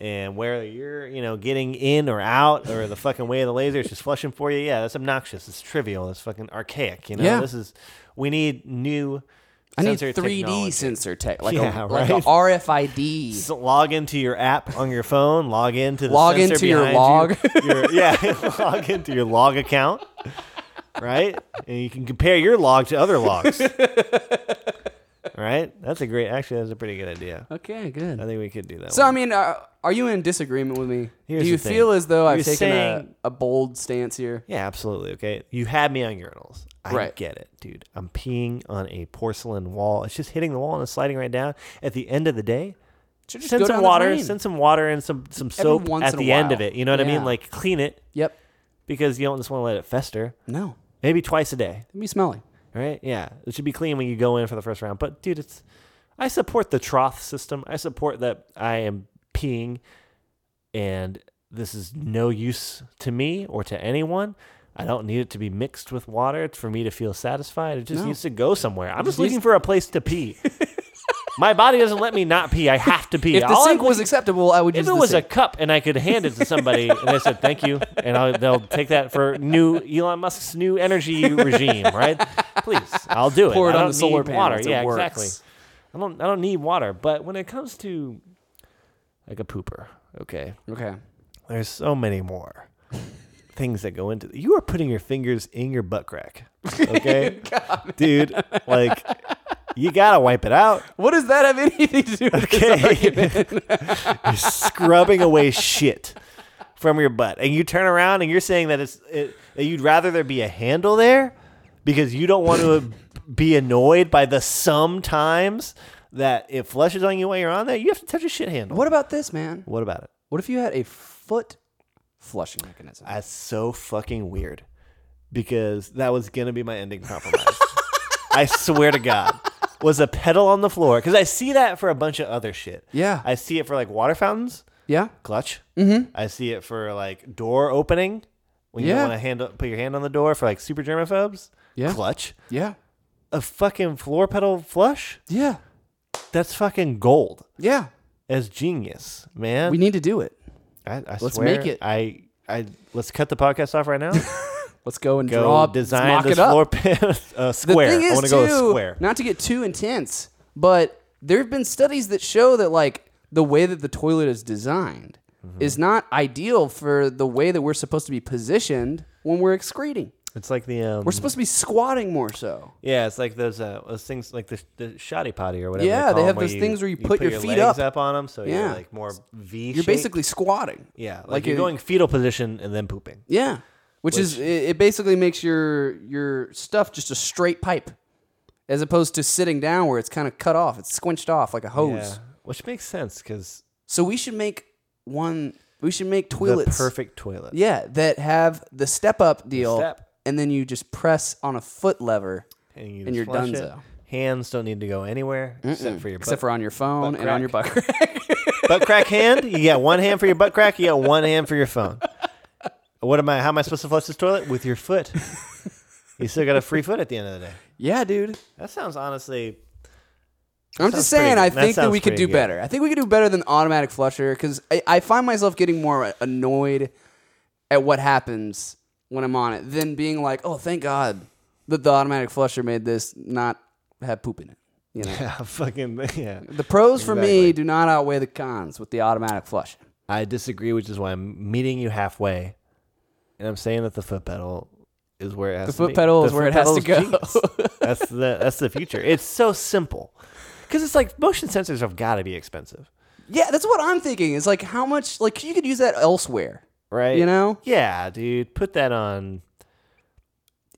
S3: And where you're, you know, getting in or out, or the fucking way of the laser, it's just flushing for you. Yeah, that's obnoxious. It's trivial. It's fucking archaic. You know,
S4: Yeah.
S3: this is. We need new.
S4: I need
S3: sensor
S4: 3D
S3: technology.
S4: sensor tech, like,
S3: Yeah,
S4: a, like a
S3: right?
S4: RFID.
S3: Just log into your app on your phone. Log into the
S4: Log
S3: sensor
S4: into your
S3: behind
S4: log.
S3: You. Your- yeah, log into your log account, right? And you can compare your log to other logs. right? That's a great. Actually, that's a pretty good idea.
S4: okay, good.
S3: I think we could do that.
S4: So I
S3: one.
S4: mean, are, are you in disagreement with me?
S3: Here's
S4: Do you
S3: the thing.
S4: feel as though I've
S3: You're
S4: taken
S3: saying-
S4: a, a bold stance here?
S3: yeah, absolutely. Okay, you had me on urinals. I
S4: Right.
S3: get it, dude. I'm peeing on a porcelain wall. It's just hitting the wall and it's sliding right down. At the end of the day,
S4: Should just
S3: send
S4: go
S3: some
S4: down the
S3: water,
S4: drain.
S3: send some water and some some
S4: Every
S3: soap
S4: once
S3: at
S4: in a
S3: the end of
S4: while.
S3: it. You know what I
S4: Yeah.
S3: mean? Like clean it.
S4: Yep.
S3: because you don't just want to let it fester.
S4: No.
S3: Maybe twice a day,
S4: Let me smelly.
S3: right? Yeah, it should be clean when you go in for the first round. But dude, it's I support the trough system. I support that I am peeing, and this is no use to me or to anyone. I don't need it to be mixed with water for me to feel satisfied. It just
S4: No.
S3: needs to go somewhere. I'm just
S4: needs-
S3: looking for a place to pee. My body doesn't let me not pee. I have to pee.
S4: If the
S3: All I'm
S4: sink was acceptable, I would
S3: if
S4: use
S3: it
S4: the
S3: was a
S4: sink.
S3: cup and I could hand it to somebody and they said thank you, and I'll, they'll take that for new Elon Musk's new energy regime, right? Please, I'll do it.
S4: Pour it
S3: I
S4: on
S3: don't
S4: the solar
S3: need
S4: panels,
S3: Water,
S4: it
S3: yeah,
S4: works.
S3: exactly. I don't. I don't need water. But when it comes to like a pooper, okay,
S4: okay.
S3: there's so many more things that go into. You are putting your fingers in your butt crack, okay, dude? Like you gotta wipe it out.
S4: What does that have anything to do with this argument?
S3: Okay. you're scrubbing away shit from your butt, and you turn around and you're saying that it's it, that you'd rather there be a handle there because you don't want to be annoyed by the sometimes that it flushes on you while you're on there. You have to touch a shit handle.
S4: What about this, man?
S3: What about it?
S4: What if you had a foot flushing mechanism?
S3: That's so fucking weird because that was gonna be my ending compromise. I swear to God. Was a pedal on the floor because I see that for a bunch of other shit.
S4: Yeah.
S3: I see it for like water fountains.
S4: yeah.
S3: clutch. Mm-hmm. I see it for like door opening when you
S4: Yeah.
S3: want to hand uh, put your hand on the door for like super germaphobes.
S4: Yeah.
S3: clutch.
S4: Yeah.
S3: A fucking floor pedal flush.
S4: Yeah.
S3: That's fucking gold.
S4: Yeah.
S3: That's genius, man.
S4: We need to do it.
S3: I, I
S4: let's
S3: swear,
S4: make it.
S3: I I let's cut the podcast off right now.
S4: Let's go and
S3: Go
S4: draw
S3: design
S4: mock
S3: this
S4: it up.
S3: floor pedal uh, square.
S4: The thing is,
S3: I want to go with
S4: too,
S3: square.
S4: Not to get too intense, but there have been studies that show that like the way that the toilet is
S3: Mm-hmm.
S4: designed is not ideal for the way that we're supposed to be positioned when we're excreting.
S3: It's like the um,
S4: We're supposed to be squatting more so.
S3: yeah, it's like those uh, those things like the, the shoddy potty or whatever.
S4: Yeah,
S3: call
S4: they have
S3: 'em,
S4: those things where you put your feet
S3: legs
S4: up.
S3: on them, so
S4: Yeah.
S3: you're like more V.
S4: You're basically squatting.
S3: yeah, like,
S4: like
S3: you're
S4: a-
S3: going fetal position and then pooping.
S4: Yeah. Which, is it, it basically makes your your stuff just a straight pipe as opposed to sitting down where it's kind of cut off, it's squinched off like a hose.
S3: Yeah, which makes sense because
S4: So we should make one we should make
S3: the
S4: toilets
S3: perfect toilet.
S4: Yeah, that have the step up deal
S3: Step.
S4: and then you just press on a foot lever
S3: and, you
S4: and
S3: just
S4: you're
S3: flush
S4: donezo.
S3: It. Hands don't need to go anywhere except for your
S4: except
S3: butt,
S4: for on your phone and on your butt crack.
S3: butt crack hand. You got one hand for your butt crack. You got one hand for your phone. What am I? How am I supposed to flush this toilet with your foot? You still got a free foot at the end of the day.
S4: yeah, dude.
S3: That sounds honestly
S4: I'm
S3: sounds
S4: just saying,
S3: pretty
S4: I
S3: good. That
S4: think that,
S3: sounds
S4: we could
S3: pretty
S4: do
S3: good.
S4: better. I think we could do better than automatic flusher because I, I find myself getting more annoyed at what happens when I'm on it than being like, oh, thank God that the automatic flusher made this not have poop in it. You know,
S3: fucking yeah.
S4: the pros for me do not outweigh the cons with the automatic flush.
S3: I disagree, which is why I'm meeting you halfway, and I'm saying that the foot pedal is where it has
S4: The
S3: to
S4: foot
S3: be.
S4: pedal is
S3: The
S4: where
S3: foot
S4: it has to
S3: pedal is
S4: go.
S3: genius. that's the that's the future. It's so simple because it's like motion sensors have got to be expensive,
S4: Yeah, that's what I'm thinking. Is like how much like you could use that elsewhere,
S3: right?
S4: You know?
S3: Yeah, dude, put that on.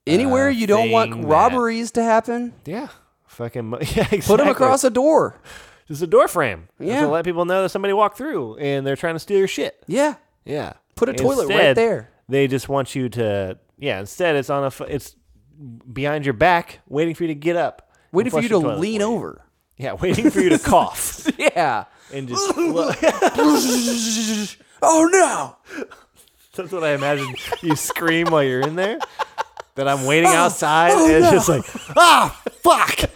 S4: anywhere you don't want
S3: Uh, thing that-
S4: robberies to happen.
S3: Yeah, fucking mo- yeah. Exactly.
S4: Put them across a door.
S3: Just a door frame. Just
S4: Yeah.
S3: to let people know that somebody walked through and they're trying to steal your shit.
S4: Yeah,
S3: Yeah.
S4: put a toilet right
S3: Instead,
S4: there.
S3: They just want you to yeah. Instead, it's on a f- it's behind your back, waiting for you to get up, and
S4: waiting for
S3: flush
S4: you to
S3: your toilet
S4: lean
S3: for you.
S4: over.
S3: Yeah, waiting for you to cough
S4: Yeah.
S3: and just. flu-
S4: Oh no!
S3: That's what I imagine you scream while you're in there. That I'm waiting
S4: Oh,
S3: outside and it's just like, ah, fuck,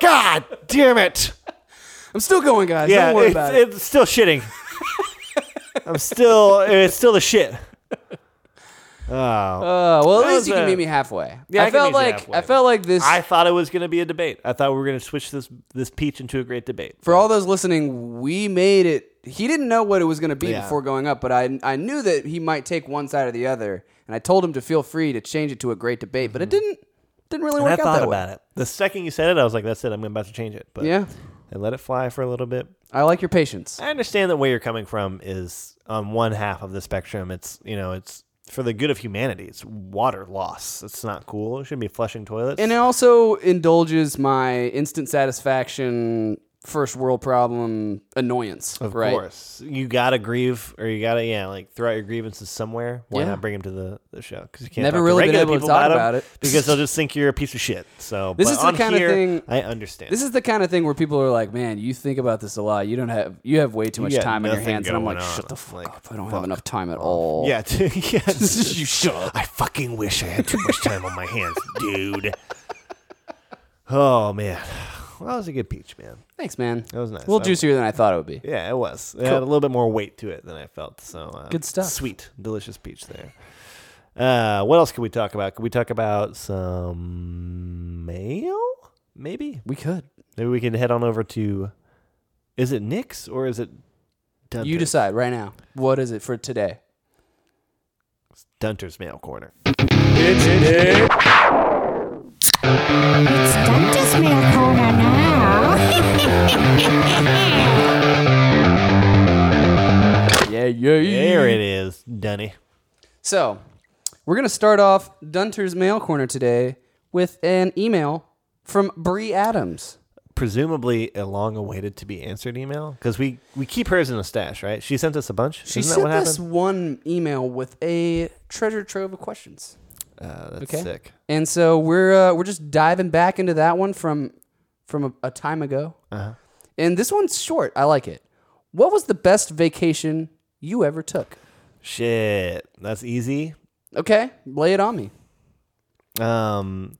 S3: god damn it.
S4: I'm still going, guys.
S3: Yeah,
S4: Don't worry
S3: it's,
S4: about it.
S3: it's still shitting. I'm still, it's still the shit. Oh,
S4: Uh, well, at
S3: that
S4: least you
S3: was
S4: can
S3: a-
S4: meet me halfway.
S3: Yeah, I
S4: I,
S3: can
S4: felt
S3: meet you
S4: like
S3: halfway.
S4: I felt like this.
S3: I thought it was going to be a debate. I thought we were going to switch this this peach into a great debate.
S4: for all those listening, we made it. He didn't know what it was going to be
S3: Yeah.
S4: before going up, but I I knew that he might take one side or the other, and I told him to feel free to change it to a great debate, but it didn't didn't really
S3: Mm-hmm. And I
S4: work out
S3: thought
S4: that
S3: about it. The second you said it, I was like, that's it. I'm about to change it. But
S4: way. Yeah,
S3: I let it fly for a little bit.
S4: I like your patience.
S3: I understand that where you're coming from is on one half of the spectrum. It's you know, it's for the good of humanity. It's water loss. It's not cool. It shouldn't be flushing toilets.
S4: And it also indulges my instant satisfaction, first world problem annoyance.
S3: of
S4: right?
S3: course, you gotta grieve, or you gotta yeah, like throw out your grievances somewhere. Why
S4: Yeah.
S3: not bring them to the, the show? Because you can't
S4: Never
S3: talk to
S4: really been
S3: regular
S4: able to
S3: people
S4: talk
S3: 'em
S4: about it.
S3: because they'll just think you're a piece of shit. So
S4: This
S3: but
S4: is the
S3: on
S4: kind of
S3: here,
S4: thing-
S3: I understand.
S4: This is the kind of thing where people are like, "Man, you think about this a lot. You don't have you have way too much
S3: got
S4: time on your
S3: nothing
S4: hands." And I'm
S3: going
S4: like,
S3: on.
S4: "Shut the fuck
S3: Like,
S4: up! I don't have enough time at all."
S3: yeah, dude, yeah.
S4: you shut up.
S3: I fucking wish I had too much time on my hands, dude. Oh man, well, that was a good peach, man.
S4: Thanks, man. That
S3: was nice.
S4: A little
S3: I-
S4: juicier than I thought it would be.
S3: Yeah, it was. It had a little bit more weight to it than I felt. So uh,
S4: Good stuff.
S3: Sweet, delicious peach there. Uh, what else could we talk about? Could we talk about some mail? Maybe.
S4: We could.
S3: Maybe we can head on over to. Is it Nick's or is it? Dunter's?
S4: You decide right now. What is it for today?
S3: Dunter's mail corner.
S2: It's Dungeon's Mail Corner now.
S4: Yeah, yeah,
S3: There it is, Dunny.
S4: So, we're gonna start off Dunter's Mail Corner today with an email from Bree Adams.
S3: Presumably a long-awaited to be answered email because we we keep hers in a stash, right? She sent us a bunch.
S4: She
S3: Isn't that
S4: sent
S3: what happened?
S4: us one email with a treasure trove of questions.
S3: Uh, that's
S4: Okay.
S3: sick.
S4: And so we're uh, we're just diving back into that one from from a, a time ago.
S3: Uh-huh.
S4: And this one's short. I like it. What was the best vacation you ever took?
S3: Shit, that's easy.
S4: Okay, lay it on me.
S3: Um,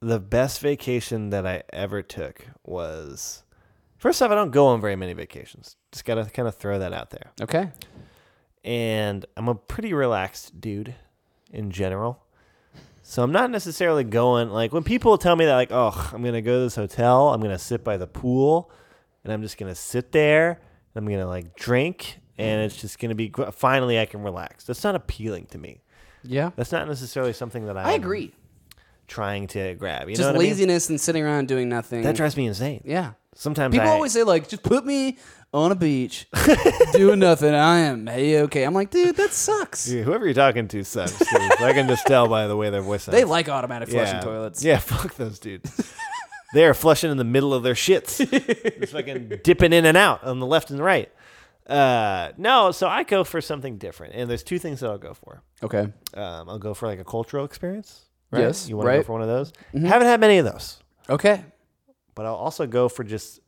S3: the best vacation that I ever took was first off, I don't go on very many vacations. Just gotta kind of throw that out there.
S4: Okay.
S3: And I'm a pretty relaxed dude in general. So I'm not necessarily going like when people tell me that like, oh, I'm gonna go to this hotel, I'm gonna sit by the pool, and I'm just gonna sit there, and I'm gonna like drink, and it's just gonna be gr- finally I can relax. That's not appealing to me.
S4: Yeah.
S3: That's not necessarily something that I'm
S4: I agree.
S3: trying to grab. You know
S4: Just
S3: what I mean?
S4: laziness and sitting around doing nothing.
S3: That drives me insane.
S4: Yeah.
S3: Sometimes
S4: People
S3: I,
S4: always say like, just put me on a beach doing nothing. I am hey okay. I'm like, dude, that sucks.
S3: Yeah, whoever you're talking to sucks. dude. I can just tell by the way their voice sounds.
S4: They like automatic flushing toilets.
S3: Yeah, fuck those dudes. they are flushing in the middle of their shits, just fucking dipping in and out on the left and the right. Uh, no, so I go for something different, and there's two things that I'll go for.
S4: Okay.
S3: Um, I'll go for like a cultural experience. Right?
S4: Yes,
S3: you want to go
S4: right. Mm-hmm.
S3: for one of those? Haven't had many of those,
S4: Okay.
S3: but I'll also go for just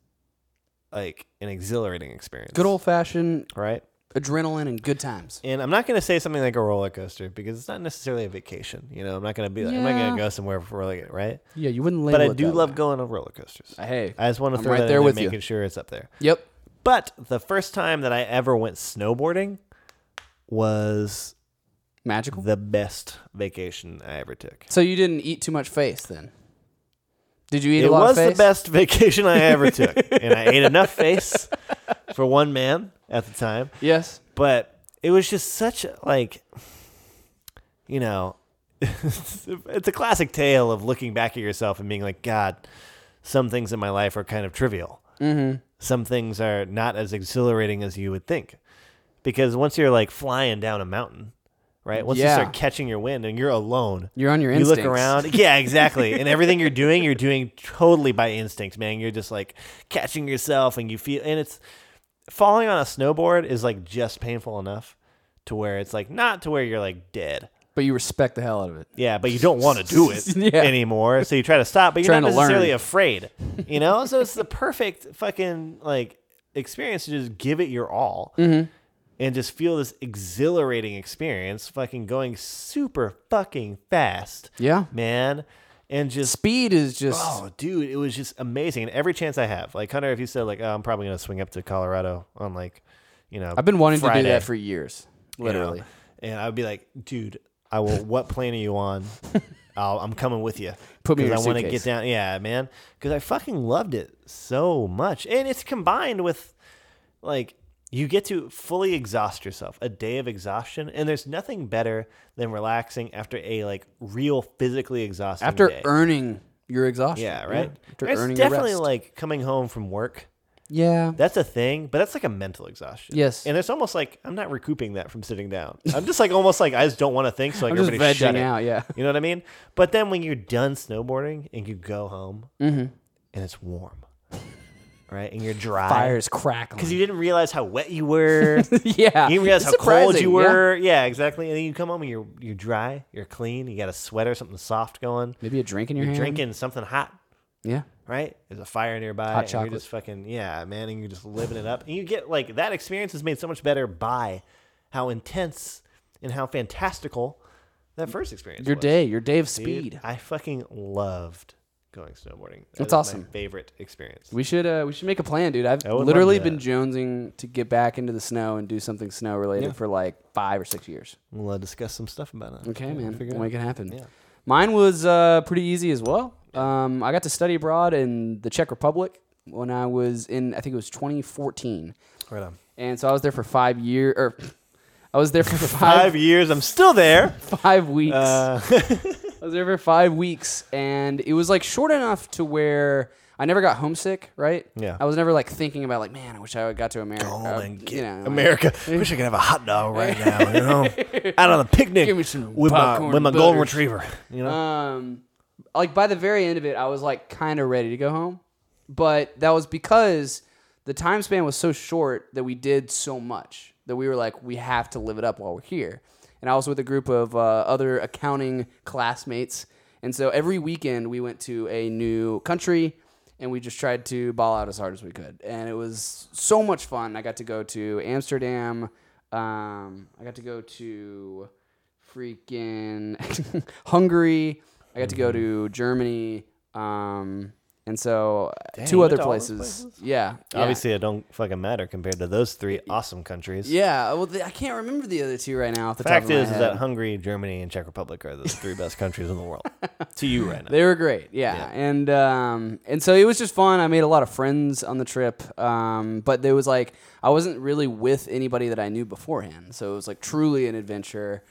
S3: like an exhilarating experience.
S4: Good old fashioned
S3: right?
S4: adrenaline and good times.
S3: And I'm not going to say something like a roller coaster because it's not necessarily a vacation. You know, I'm not going to be like, I'm not going
S4: Yeah.
S3: to go somewhere for like it, right?
S4: Yeah, you wouldn't.
S3: But I
S4: label it
S3: do
S4: that
S3: love
S4: way.
S3: going on roller coasters.
S4: Uh, Hey,
S3: I just want to
S4: I'm
S3: throw
S4: right
S3: that
S4: there
S3: in
S4: with
S3: making
S4: you.
S3: sure it's up there.
S4: Yep.
S3: But the first time that I ever went snowboarding was
S4: Magical.
S3: the best vacation I ever took.
S4: so you didn't eat too much face then? Did you eat
S3: it
S4: a lot
S3: was
S4: of face?
S3: the best vacation I ever took, and I ate enough face for one man at the time.
S4: Yes.
S3: But it was just such a, like, you know, it's a classic tale of looking back at yourself and being like, God, some things in my life are kind of trivial. Some things are not as exhilarating as you would think, because once you're like flying down a mountain, right? Once
S4: Yeah.
S3: you start catching your wind and you're alone,
S4: You're on your
S3: you look
S4: instincts.
S3: around. Yeah, exactly. and everything you're doing, you're doing totally by instinct, man. You're just like catching yourself and you feel and it's falling on a snowboard is like just painful enough to where it's like not to where you're like dead.
S4: But you respect the hell out of it.
S3: Yeah, but you don't want to do it
S4: Yeah.
S3: anymore. So you try to stop, but you're
S4: Trying
S3: not
S4: to learn.
S3: necessarily afraid. You know? so it's the perfect fucking like experience to just give it your all
S4: Mm-hmm.
S3: and just feel this exhilarating experience, fucking going super fucking fast.
S4: Yeah.
S3: Man. And just
S4: Speed is just.
S3: Oh, dude, it was just amazing. And every chance I have, like Hunter, if you said like, oh, I'm probably gonna swing up to Colorado on like, you know,
S4: I've been wanting to do
S3: Friday,
S4: that for years.
S3: you know,
S4: Literally.
S3: and I'd be like, dude, I will. What plane are you on? I'll, I'm coming with you.
S4: Put me in
S3: 'Cause
S4: your
S3: I wanna
S4: suitcase.
S3: get down. Yeah, man, because I fucking loved it so much, and it's combined with like you get to fully exhaust yourself a day of exhaustion and there's nothing better than relaxing after a like real physically exhausting
S4: After
S3: day.
S4: earning your exhaustion.
S3: Yeah, right.
S4: After
S3: It's
S4: earning your
S3: definitely
S4: rest.
S3: like coming home from work.
S4: yeah.
S3: That's a thing, but that's like a mental exhaustion.
S4: Yes.
S3: and it's almost like I'm not recouping that from sitting down. I'm just like almost like I just don't want to think, so like
S4: I'm just
S3: everybody shut
S4: vegging
S3: it.
S4: out. Yeah.
S3: You know what I mean? But then when you're done snowboarding and you go home,
S4: Mm-hmm.
S3: and it's warm, right, and you're dry,
S4: Fire's crackling.
S3: because you didn't realize how wet you were.
S4: yeah.
S3: You didn't realize
S4: It's
S3: how cold
S4: surprising,
S3: you
S4: yeah.
S3: were. Yeah. exactly. And then you come home and you're you're dry, you're clean, you got a sweater, something soft going.
S4: Maybe a drink in your
S3: You're
S4: hand.
S3: drinking something hot
S4: Yeah.
S3: right? There's a fire nearby.
S4: Hot
S3: and you're
S4: chocolate.
S3: just fucking yeah, man, and you're just living it up. And you get like that experience is made so much better by how intense and how fantastical that first experience.
S4: Your
S3: was.
S4: day. Your day of
S3: Dude,
S4: speed.
S3: I fucking loved going snowboarding. That
S4: That's
S3: is my
S4: awesome.
S3: favorite experience.
S4: We should uh, we should make a plan, dude. I've
S3: I would love
S4: literally
S3: that.
S4: been jonesing to get back into the snow and do something snow related for like five or six years.
S3: We'll uh, discuss some stuff about it.
S4: Okay,
S3: We'll
S4: man,
S3: figure
S4: we'll
S3: it
S4: make it happen.
S3: Yeah.
S4: Mine was uh, pretty easy as well. Um, I got to study abroad in the Czech Republic when I was in I think it was 2014,
S3: out. Right on.
S4: and so I was there for five year or I was there for
S3: Five
S4: five
S3: years. I'm still there.
S4: five weeks.
S3: Uh,
S4: I was there for five weeks, and it was like short enough to where I never got homesick. Right?
S3: Yeah.
S4: I was never like thinking about like, man, I wish I got to America.
S3: Go
S4: uh,
S3: on and get
S4: you know, like-
S3: America. wish I could have a hot dog right now. You know, out on a picnic
S4: Give me some
S3: with my
S4: popcorn
S3: with my
S4: and
S3: golden
S4: butters.
S3: retriever. You know,
S4: Um, like by the very end of it, I was like kind of ready to go home, but that was because the time span was so short that we did so much that we were like, we have to live it up while we're here. And I was with a group of uh, other accounting classmates, and so every weekend we went to a new country. And we just tried to ball out as hard as we could, and it was so much fun. I got to go to Amsterdam. Um, I got to go to freaking Hungary. I got to go to Germany, um, and so two
S3: you
S4: other
S3: went to all those
S4: places. Yeah, yeah.
S3: Obviously, it don't fucking matter compared to those three awesome countries.
S4: Yeah, well, the, I can't remember the other two right now. Off the
S3: Fact
S4: top
S3: is,
S4: of my
S3: is
S4: head.
S3: that Hungary, Germany, and Czech Republic are the three best countries in the world to you right now.
S4: They were great, yeah. And um, and so it was just fun. I made a lot of friends on the trip, um, but there was like I wasn't really with anybody that I knew beforehand, so it was like truly an adventure.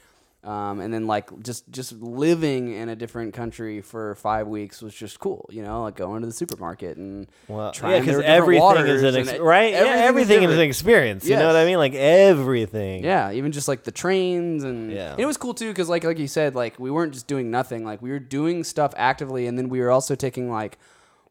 S4: um, and then like just just living in a different country for five weeks was just cool, you know, like going to the supermarket and
S3: Well, yeah,
S4: trying
S3: because
S4: their different
S3: everything
S4: waters
S3: is an
S4: and
S3: ex-
S4: it-
S3: right. yeah, everything is an
S4: different.
S3: experience. You know
S4: Yes.
S3: what I mean? Like everything.
S4: Yeah, even just like the trains and,
S3: Yeah.
S4: and it was cool too because like like you said, like we weren't just doing nothing. Like we were doing stuff actively, and then we were also taking like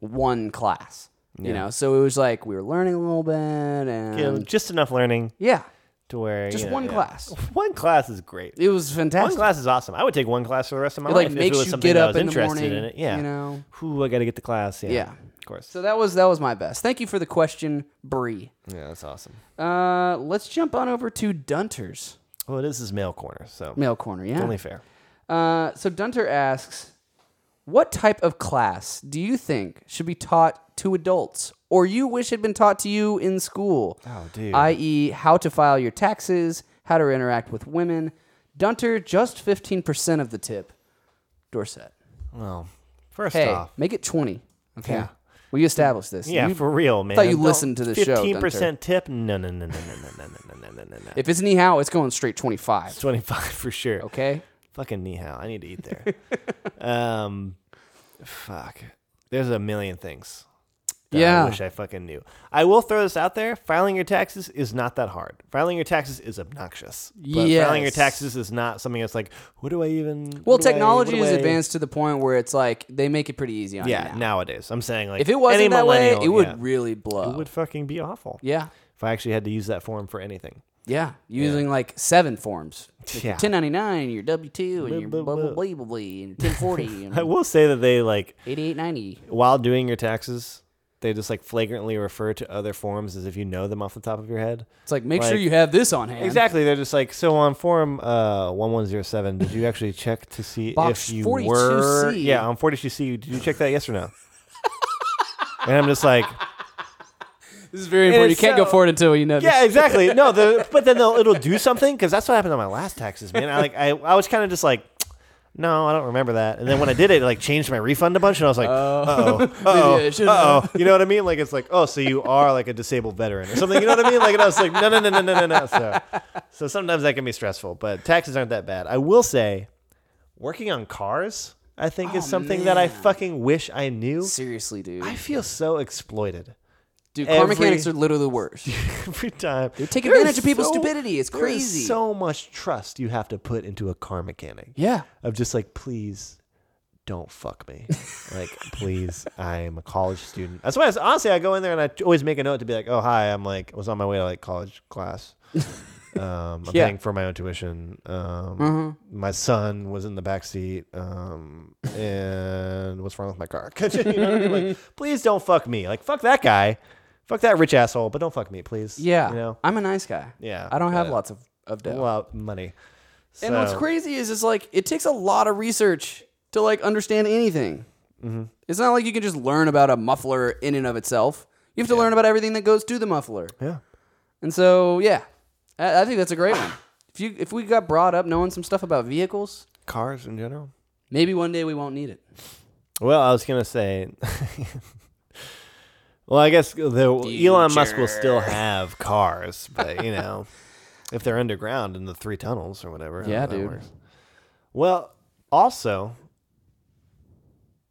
S4: one class. You know, so it was like we were learning a little bit and
S3: You know, just enough learning
S4: yeah,
S3: to where
S4: just
S3: you know,
S4: one
S3: yeah.
S4: class.
S3: One class is great.
S4: It was
S3: One
S4: fantastic.
S3: class is awesome. I would take one class for the rest of my
S4: It,
S3: life
S4: like,
S3: if
S4: makes
S3: it was
S4: you
S3: something
S4: get
S3: that I
S4: up
S3: was
S4: in the
S3: interested
S4: morning,
S3: in it. Yeah.
S4: you know?
S3: Whew, I got to get the class. Yeah.
S4: Yeah.
S3: Of course.
S4: So that was that was my best. Thank you for the question, Bree.
S3: yeah, that's awesome.
S4: Uh, let's jump on over to Dunter's
S3: Well, this is male corner, so
S4: mail corner. Yeah.
S3: only fair.
S4: Uh, so Dunter asks, what type of class do you think should be taught to adults, or you wish had been taught to you in school?
S3: Oh, dude.
S4: I.e., how to file your taxes, how to interact with women. Dunter, just fifteen percent of the tip. Dorset.
S3: Well, first
S4: Oh. Hey,
S3: off,
S4: make it twenty. Okay.
S3: Yeah.
S4: We established this.
S3: yeah,
S4: You-
S3: for real, man.
S4: you
S3: Don't-
S4: listened to the show, Dunter.
S3: percent tip? No, no, no, no, no, no, no, no, no, no, no, no.
S4: If it's anyhow, it's going straight twenty-five.
S3: Twenty five for sure.
S4: Okay.
S3: Fucking nihao. I need to eat there. um, fuck. There's a million things. that
S4: Yeah.
S3: I wish I fucking knew. I will throw this out there. Filing your taxes is not that hard. Filing your taxes is obnoxious. But filing your
S4: Yes.
S3: taxes is not something that's like, what do I even?
S4: Well,
S3: what do I-
S4: technology
S3: what do
S4: is
S3: I-
S4: advanced to the point where it's like they make it pretty easy on
S3: Yeah,
S4: you now.
S3: nowadays. I'm saying like,
S4: If it wasn't
S3: any
S4: that way,
S3: millennial-
S4: it would
S3: yeah.
S4: really blow.
S3: it would fucking be awful.
S4: Yeah.
S3: If I actually had to use that form for anything.
S4: Yeah. Using like seven forms. Like your
S3: Yeah.
S4: 1099, your W 2, and your
S3: Blah,
S4: blah,
S3: blah,
S4: blah, blah, blah, blah, and 1040, and
S3: I will say that they like
S4: 8890.
S3: while doing your taxes, they just like flagrantly refer to other forms as if you know them off the top of your head.
S4: It's like, make sure
S3: Like-
S4: you have this on hand.
S3: Exactly. They're just like, so on form uh, 1107, did you actually check to see
S4: Box
S3: if you
S4: 42C.
S3: were. Yeah, on 42C, did you check that, yes or no? and I'm just like,
S4: This is very
S3: important.
S4: important. You
S3: it's You
S4: can't
S3: can't so-
S4: go
S3: go
S4: forward
S3: forward
S4: until you know
S3: yeah, exactly. No, the, but then they'll, it'll do something because that's what happened on my last taxes, man. I like, I, I was kind of just like, no, I don't remember that. And then when I did it, it like changed my refund a bunch, and I was like, uh oh,
S4: I should've.
S3: oh, you know what I mean? Like it's like, oh, so you are like a disabled veteran or something. You know what I mean? Like, and I was like, no, no, no, no, no, no, no. So, so sometimes that can be stressful, but taxes aren't that bad. I will say, working on cars, I think
S4: Oh,
S3: is something that I fucking wish I knew.
S4: Seriously, dude.
S3: I feel so exploited
S4: Dude, car
S3: every-
S4: mechanics are literally the worst.
S3: every time. They
S4: take advantage of people's stupidity. It's crazy.
S3: So much trust you have to put into a car mechanic.
S4: yeah.
S3: Of just like, please don't fuck me. like, please, I am a college student. That's why I was, honestly I go in there and I always make a note to be like, oh hi, I'm like was on my way to like college class. Um, I'm
S4: Yeah. Mm-hmm.
S3: paying for my own tuition. Um, My son was in the back seat. Um, and what's wrong with my car? you know what I mean? Like, please don't fuck me. Like, fuck that guy. Fuck that rich asshole, but don't fuck me, please.
S4: Yeah.
S3: You know?
S4: I'm a nice guy.
S3: Yeah,
S4: I don't have
S3: but-
S4: lots of, of debt.
S3: Well, money.
S4: And what's
S3: So-
S4: crazy is it's like it takes a lot of research to like understand anything.
S3: Mm-hmm.
S4: It's not like you can just learn about a muffler in and of itself. You have to learn about everything that goes to the muffler.
S3: Yeah.
S4: And so, yeah, I, I think that's a great one. If you if we got brought up knowing some stuff about vehicles,
S3: Cars in general.
S4: maybe one day we won't need it.
S3: Well, I was gonna say. well, I guess the Elon Musk will still have cars, but you know, if they're underground in the three tunnels or whatever. I don't
S4: Yeah,
S3: know how that
S4: dude.
S3: works. Well, also,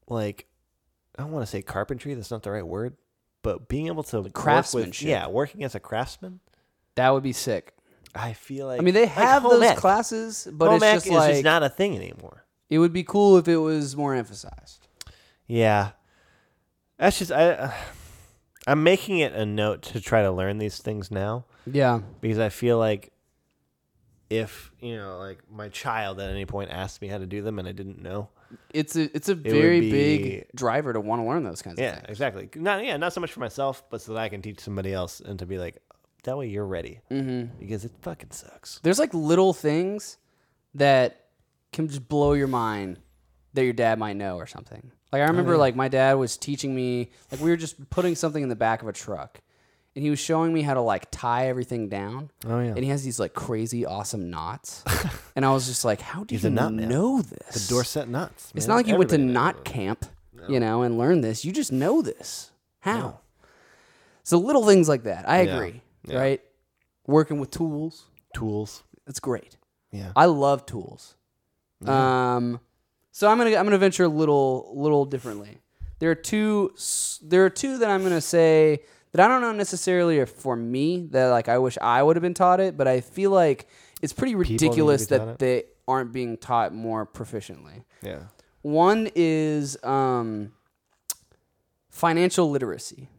S3: like, I don't want to say carpentry. That's not the right word. But being able to work with-
S4: craftsmanship.
S3: yeah, working as a craftsman,
S4: That would be sick.
S3: I feel like
S4: I mean, they
S3: like
S4: have
S3: home
S4: those
S3: ec.
S4: classes, but
S3: home
S4: it's
S3: ec
S4: just
S3: is
S4: like
S3: just not a thing anymore.
S4: it would be cool if it was more emphasized.
S3: Yeah, that's just I. I'm making it a note to try to learn these things now
S4: Yeah.
S3: because I feel like if you know, like my child at any point asked me how to do them and I didn't know.
S4: It's a it's a very
S3: be-
S4: big driver to want to learn those kinds of
S3: Yeah,
S4: things.
S3: exactly. Not yeah, not so much for myself, but so that I can teach somebody else and to be like, that way you're ready mm-hmm. because it fucking sucks.
S4: there's like little things that can just blow your mind that your dad might know or something. Like I
S3: Oh,
S4: remember like my dad was teaching me like we were just putting something in the back of a truck and he was showing me how to like tie everything down.
S3: Oh, yeah.
S4: And he has these like crazy awesome knots. and I was just like, how do
S3: He's
S4: you
S3: a knot man.
S4: know this?
S3: The Dorset knots.
S4: It's
S3: man.
S4: not like you went to
S3: Everybody knows
S4: knot
S3: those.
S4: camp, you know, and learned this. You just know this. How? So little things like that. I
S3: Yeah.
S4: agree.
S3: Yeah.
S4: Right? Working with tools,
S3: tools.
S4: it's great.
S3: Yeah.
S4: I love tools. Um, so I'm gonna I'm gonna venture a little little differently. There are two s- there are two that I'm gonna say that I don't know necessarily are for me that like I wish I would have been taught it, but I feel like it's pretty ridiculous
S3: taught it.
S4: that they aren't being taught more proficiently.
S3: Yeah.
S4: One is um, financial literacy.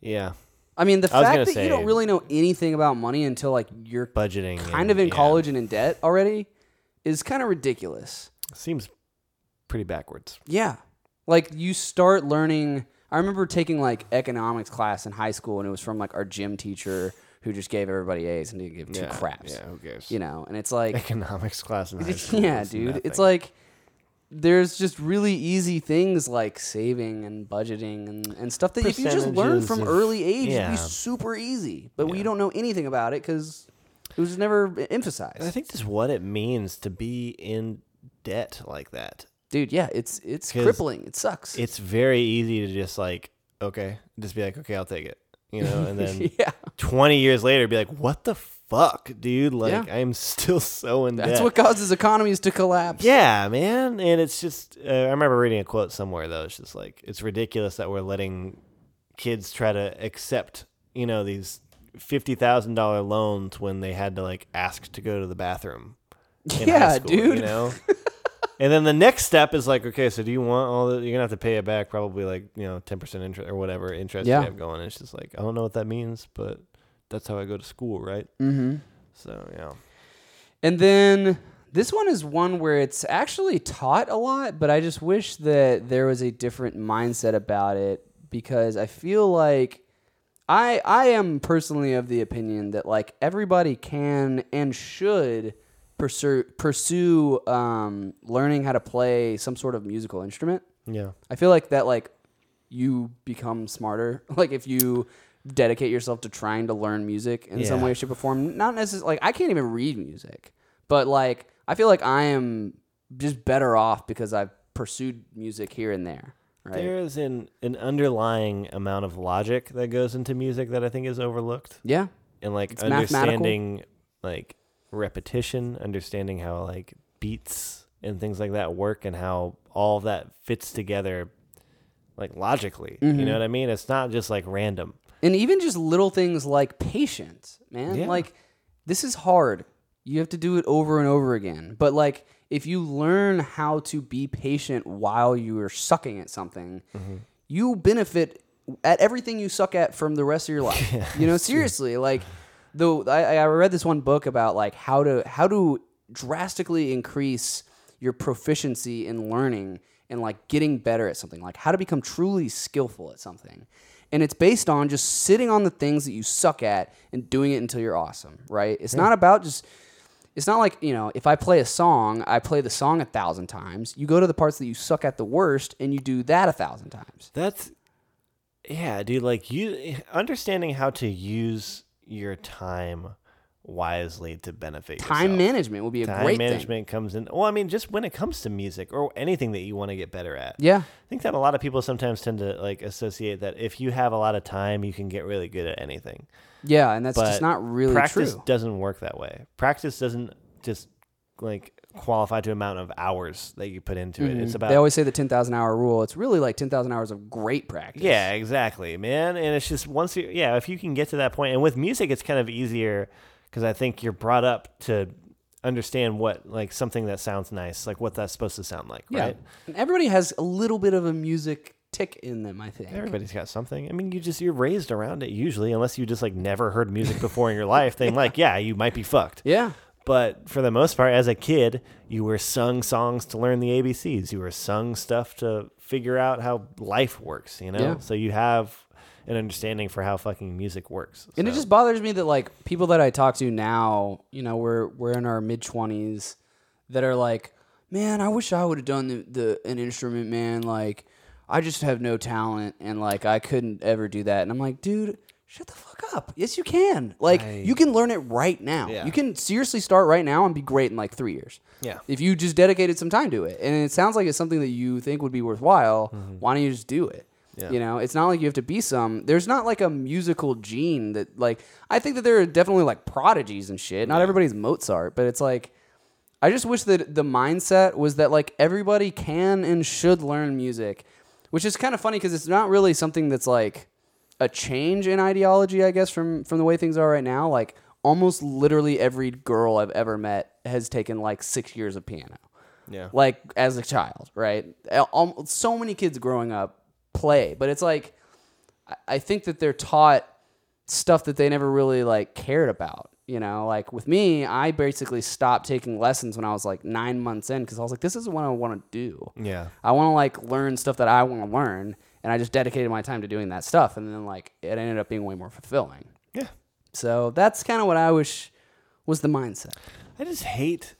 S3: Yeah.
S4: I mean, the
S3: I was
S4: fact
S3: gonna
S4: that you
S3: say-
S4: don't really know anything about money until like you're
S3: Budgeting
S4: kind
S3: and-
S4: of in
S3: yeah.
S4: college and in debt already, is kind of ridiculous.
S3: Seems pretty backwards.
S4: Yeah, like you start learning. I remember taking like economics class in high school, and it was from like our gym teacher who just gave everybody A's and didn't give two
S3: Yeah,
S4: craps.
S3: yeah, who cares?
S4: You know, and it's like
S3: Economics class in high school.
S4: yeah,
S3: is
S4: dude. It's
S3: nothing.
S4: like there's just really easy things like saving and budgeting and, and stuff that if you just learn
S3: Percentages
S4: from
S3: of-
S4: early age, it'd
S3: yeah.
S4: be super easy. But we don't know anything about it because it was never e-, emphasized.
S3: I think this is what it means to be in debt like that.
S4: dude, yeah, it's it's
S3: 'Cause
S4: crippling. It sucks.
S3: It's very easy to just like, okay, just be like, okay, I'll take it. You know, and then
S4: yeah,
S3: 20 years later, be like, what the fuck, dude? Like,
S4: Yeah.
S3: I'm still so in
S4: that's
S3: debt.
S4: what causes economies to collapse.
S3: Yeah, man. And it's just, uh, I remember reading a quote somewhere, though. It's just like, it's ridiculous that we're letting kids try to accept, you know, these $50,000 loans when they had to, like, ask to go to the bathroom. in high
S4: Yeah,
S3: school,
S4: dude.
S3: You know? and then the next step is like, okay, so do you want all the, you're going to have to pay it back probably like, you know, 10% interest or whatever interest
S4: Yeah.
S3: you have going. It's just like, I don't know what that means, but that's how I go to school, right?
S4: Mm-hmm.
S3: So, yeah.
S4: And then this one is one where it's actually taught a lot, but I just wish that there was a different mindset about it because I feel like I I am personally of the opinion that like everybody can and should pursue pursue um, learning how to play some sort of musical instrument.
S3: Yeah.
S4: I feel like that like you become smarter. Like if you dedicate yourself to trying to learn music in some
S3: Yeah.
S4: way, shape, or form. Not necessarily like I can't even read music, but like I feel like I am just better off because I've pursued music here and there. Right?
S3: There is an, an underlying amount of logic that goes into music that I think is overlooked.
S4: yeah.
S3: And like
S4: It's mathematical.
S3: understanding like repetition, understanding how like beats and things like that work and how all of that fits together like logically.
S4: Mm-hmm.
S3: You know what I mean? It's not just like random.
S4: And even just little things like patience, man.
S3: Yeah.
S4: Like this is hard. You have to do it over and over again. But like if you learn how to be patient while you are sucking at something, you benefit at everything you suck at from the rest of your life. you know, seriously, like though I, I read this one book about like how to how to drastically increase your proficiency in learning and like getting better at something, like how to become truly skillful at something. And it's based on just sitting on the things that you suck at and doing it until you're awesome, right? It's not about just it's not like, you know, if I play a song, I play the song a thousand times. You go to the parts that you suck at the worst and you do that a thousand times.
S3: That's yeah, dude. Like you understanding how to use your time wisely to benefit
S4: Time
S3: yourself.
S4: management would be a
S3: Time
S4: great thing.
S3: management comes in. Well, I mean, just when it comes to music or anything that you want to get better at.
S4: Yeah.
S3: I think that a lot of people sometimes tend to like associate that if you have a lot of time, you can get really good at anything.
S4: Yeah, and that's
S3: But
S4: just not really
S3: practice
S4: true.
S3: doesn't work that way. Practice doesn't just like qualify to amount of hours that you put into it. It's about
S4: Mm-hmm. They always say the 10,000 hour rule. It's really like 10,000 hours of great practice.
S3: Yeah, exactly, man. And it's just once you, yeah, if you can get to that point, and with music, it's kind of easier because I think you're brought up to understand what like something that sounds nice, like what that's supposed to sound like,
S4: Yeah.
S3: right?
S4: And everybody has a little bit of a music tick in them, I think.
S3: Everybody's got something. I mean, you just you're raised around it usually, unless you just like never heard music before in your life. Then like, yeah, you might be fucked.
S4: Yeah.
S3: But for the most part, as a kid, you were sung songs to learn the ABCs. You were sung stuff to figure out how life works, you know?
S4: Yeah.
S3: So you have an understanding for how fucking music works.
S4: And it
S3: So-
S4: just bothers me that like people that I talk to now, you know, we're we're in our mid twenties, that are like, man, I wish I would have done the, the an instrument, man. Like, I just have no talent, and like I couldn't ever do that. And I'm like, dude, shut the fuck up. Yes, you can. Like, you can learn it right now.
S3: Yeah.
S4: You can seriously start right now and be great in like three years.
S3: Yeah.
S4: If you just dedicated some time to it, and it sounds like it's something that you think would be worthwhile, why don't you just do it? You know, it's not like you have to be some. There's not like a musical gene that like. I think that there are definitely like prodigies and shit. Not everybody's Mozart, but it's like I just wish that the mindset was that like everybody can and should learn music, which is kind of funny because it's not really something that's like a change in ideology, I guess, from from the way things are right now. Like almost literally every girl I've ever met has taken like six years of piano.
S3: Yeah.
S4: Like as a child, right? Al- al- So many kids growing up play, but it's like I- I think that they're taught stuff that they never really like cared about. You know, like with me, I basically stopped taking lessons when I was like nine months in because I was like, this is what I want to do.
S3: Yeah.
S4: I want to like learn stuff that I want to learn. And I just dedicated my time to doing that stuff. And then like it ended up being way more fulfilling.
S3: Yeah.
S4: So that's kind of what I wish was the mindset.
S3: I just hate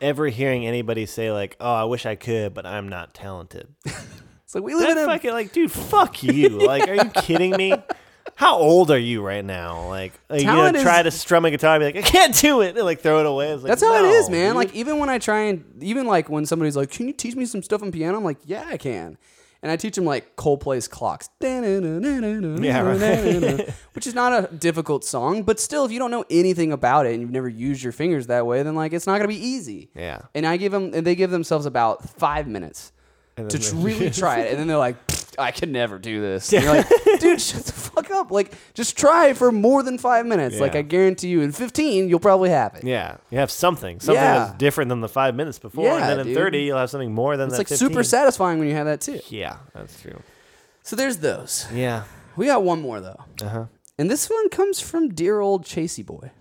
S3: ever hearing anybody say like, "Oh, I wish I could, but I'm not talented."
S4: It's like we live
S3: That
S4: in a
S3: fucking like, dude, fuck you. Like, are you kidding me? How old are you right now? Like, like, you
S4: Talent
S3: know,
S4: is-
S3: try to strum a guitar and be like, I can't do it, and like throw it away. It's like,
S4: That's how it is,
S3: no,
S4: man.
S3: dude.
S4: Like even when I try and even like when somebody's like, "Can you teach me some stuff on piano?" I'm like, "Yeah, I can." And I teach them like Coldplay's "Clocks," which is not a difficult song, but still, if you don't know anything about it and you've never used your fingers that way, then like it's not gonna be easy.
S3: Yeah.
S4: And I give them, and they give themselves about five minutes to tr- really try it, and then they're like, "Pfft, "I could never do this." And you're like, "Dude, shut the fuck up! Like, just try for more than five minutes. Like,
S3: Yeah.
S4: I guarantee you, in fifteen, you'll probably have it."
S3: yeah, you have something, something
S4: Yeah.
S3: that's different than the five minutes before,
S4: Yeah,
S3: and then in
S4: dude.
S3: thirty, you'll have something more than
S4: It's
S3: that.
S4: like super
S3: 15.
S4: satisfying when you have that too.
S3: Yeah, that's true.
S4: So there's those.
S3: Yeah,
S4: We got one more though. Uh-huh. And this one comes from dear old Chasey boy.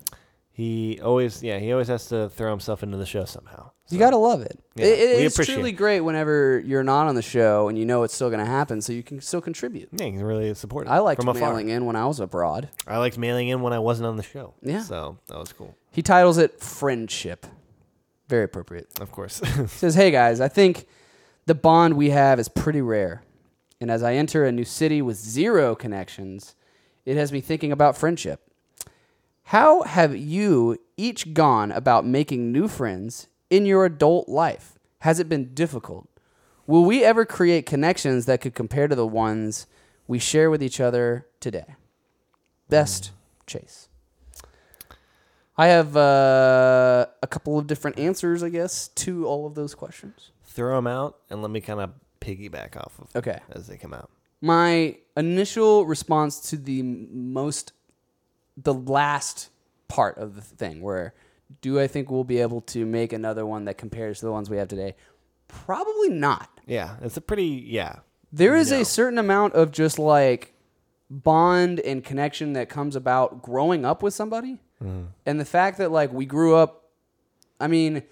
S3: he always, yeah, he always has to throw himself into the show somehow.
S4: You gotta love it.
S3: Yeah,
S4: It- it
S3: we
S4: is
S3: appreciate
S4: truly
S3: it.
S4: great whenever you're not on the show and you know it's still gonna happen, so you can still contribute.
S3: Yeah, he's really supportive.
S4: I liked
S3: from afar.
S4: mailing in when I was abroad.
S3: I liked mailing in when I wasn't on the show.
S4: Yeah.
S3: so that was cool.
S4: He titles it Friendship. Very appropriate.
S3: Of course.
S4: says, "Hey guys, I think the bond we have is pretty rare, and as I enter a new city with zero connections, it has me thinking about friendship. How have you each gone about making new friends in your adult life? Has it been difficult? Will we ever create connections that could compare to the ones we share with each other today?" Best Chase. I have uh, a couple of different answers, I guess, to all of those questions.
S3: throw them out and let me kind of piggyback off of
S4: Okay.
S3: as they come out.
S4: My initial response to the most, the last part of the thing, where do I think we'll be able to make another one that compares to the ones we have today? Probably not.
S3: Yeah, it's a pretty yeah.
S4: There is a certain amount of just like bond and connection that comes about growing up with somebody.
S3: Mm-hmm.
S4: And the fact that like we grew up, I mean,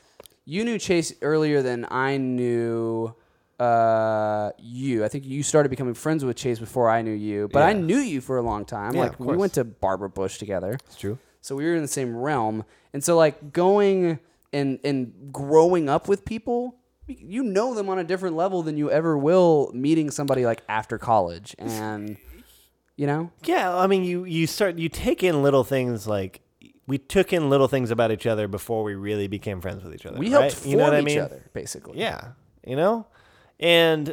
S4: you knew Chase earlier than I knew uh, you. I think you started becoming friends with Chase before I knew you, but I
S3: Yeah.
S4: knew you for a long time.
S3: Yeah,
S4: like
S3: of
S4: we
S3: course.
S4: went to Barbara Bush together.
S3: It's true.
S4: So we were in the same realm. And so like going and and growing up with people, you know them on a different level than you ever will meeting somebody like after college and you know?
S3: Yeah, I mean you you start you take in little things like we took in little things about each other before we really became friends with each other.
S4: We
S3: right?
S4: helped form
S3: you know what I
S4: each
S3: mean?
S4: other basically.
S3: Yeah, you know, and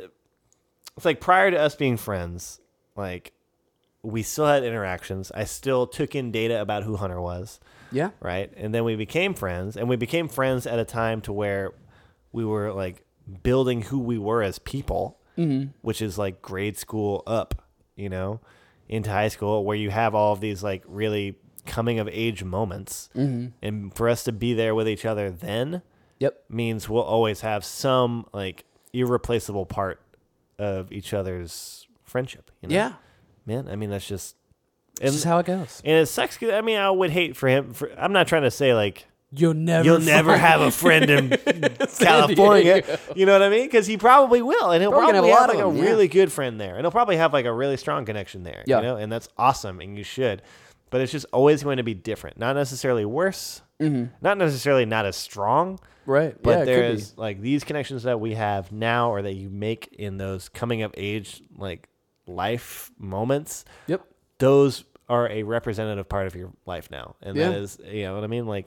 S3: it's like prior to us being friends, like we still had interactions. I still took in data about who Hunter was.
S4: Yeah.
S3: right? And then we became friends, and we became friends at a time to where we were like building who we were as people,
S4: Mm-hmm.
S3: which is like grade school up, you know, into high school, where you have all of these like really coming of age moments,
S4: Mm-hmm.
S3: and for us to be there with each other then
S4: Yep.
S3: means we'll always have some like irreplaceable part of each other's friendship. You know?
S4: Yeah.
S3: man. I mean, that's just.
S4: This is how it goes.
S3: And it sucks. 'cause, I mean, I would hate for him. For, I'm not trying to say like
S4: You'll never
S3: you'll never have a friend in California. You know what I mean? Because he probably will, and he'll
S4: Probably
S3: probably, have,
S4: gonna have a
S3: like
S4: lot
S3: a
S4: of them, yeah.
S3: really good friend there, and he'll probably have like a really strong connection there.
S4: Yeah.
S3: You know, and that's awesome, and you should. But it's just always going to be different. Not necessarily worse. Not necessarily not as strong.
S4: Mm-hmm. Right.
S3: But
S4: yeah,
S3: there
S4: it could
S3: is like these connections that we have now, or that you make in those coming of age like life moments
S4: be. Yep.
S3: those are a representative part of your life now. And
S4: Yeah.
S3: that is, you know what I mean? Like,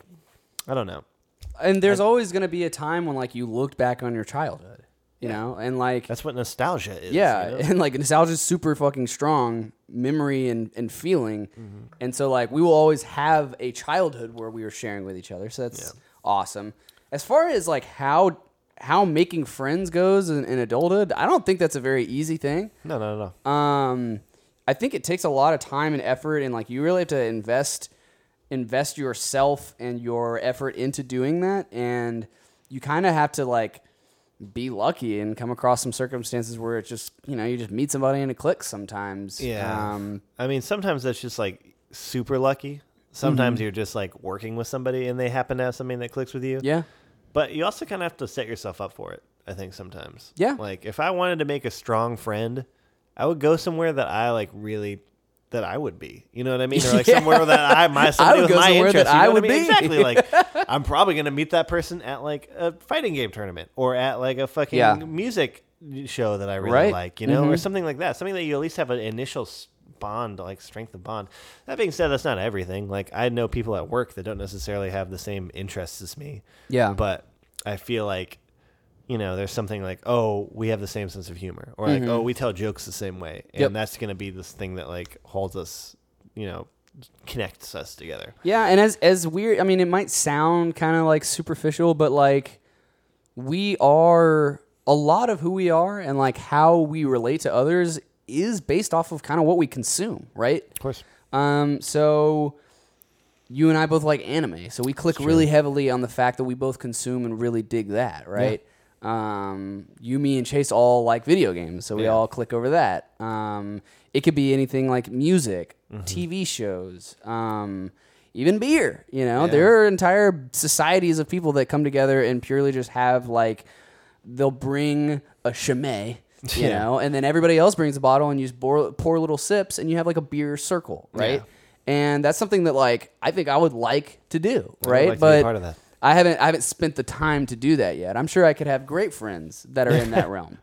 S3: I don't know.
S4: And there's always gonna be a time when like you looked back on your childhood. You know? And like
S3: That's what nostalgia is.
S4: Yeah,
S3: you know?
S4: and like nostalgia is super fucking strong memory and, and feeling,
S3: Mm-hmm.
S4: and so like we will always have a childhood where we were sharing with each other. So that's awesome. as far as like how how making friends goes in, in adulthood, I don't think that's a very easy thing.
S3: No, no, no.
S4: Um, I think it takes a lot of time and effort, and like you really have to invest invest yourself and your effort into doing that, and you kind of have to like be lucky and come across some circumstances where it's just you know you just meet somebody and it clicks sometimes. Um,
S3: I mean, sometimes that's just like super lucky.
S4: Mm-hmm.
S3: Sometimes you're just like working with somebody and they happen to have something that clicks with you.
S4: yeah.
S3: But you also kind of have to set yourself up for it, I think, sometimes.
S4: Yeah.
S3: Like, if I wanted to make a strong friend, I would go somewhere that I like really. That I would be, you know what I mean, or like
S4: Yeah.
S3: somewhere that I my somebody
S4: would
S3: with
S4: go
S3: my
S4: somewhere
S3: interest,
S4: that
S3: you know
S4: I
S3: what
S4: would
S3: mean?
S4: be.
S3: exactly. Like I'm probably gonna meet that person at like a fighting game tournament or at like a fucking
S4: Yeah.
S3: music show that I really
S4: Right.
S3: like, you know,
S4: Mm-hmm.
S3: or something like that. Something that you at least have an initial s- bond, like strength of bond. That being said, that's not everything. Like I know people at work that don't necessarily have the same interests as me.
S4: Yeah.
S3: But I feel like, you know, there's something like, oh, we have the same sense of humor, or like, oh, we tell jokes the same way, and
S4: Mm-hmm. Yep.
S3: that's gonna be this thing that like holds us, you know, connects us together.
S4: Yeah, and as as weird, I mean, it might sound kind of like superficial, but like we are a lot of who we are, and like how we relate to others is based off of kind of what we consume, right?
S3: Of course.
S4: Um, so you and I both like anime, so we click really heavily on the fact that we both consume and really dig that, right? Um, you, me, and Chase all like video games, so we
S3: Yeah.
S4: all click over that. Um, it could be anything like music,
S3: Mm-hmm.
S4: TV shows, um, even beer. You know, there are entire societies of people that come together and purely just have like they'll bring a chimay, you
S3: Yeah.
S4: know, and then everybody else brings a bottle and you just pour, pour little sips and you have like a beer circle,
S3: Yeah.
S4: right? And that's something that like I think I would like to do,
S3: would
S4: right?
S3: like to be
S4: but
S3: part of that.
S4: I haven't I haven't spent the time to do that yet. I'm sure I could have great friends that are in that realm.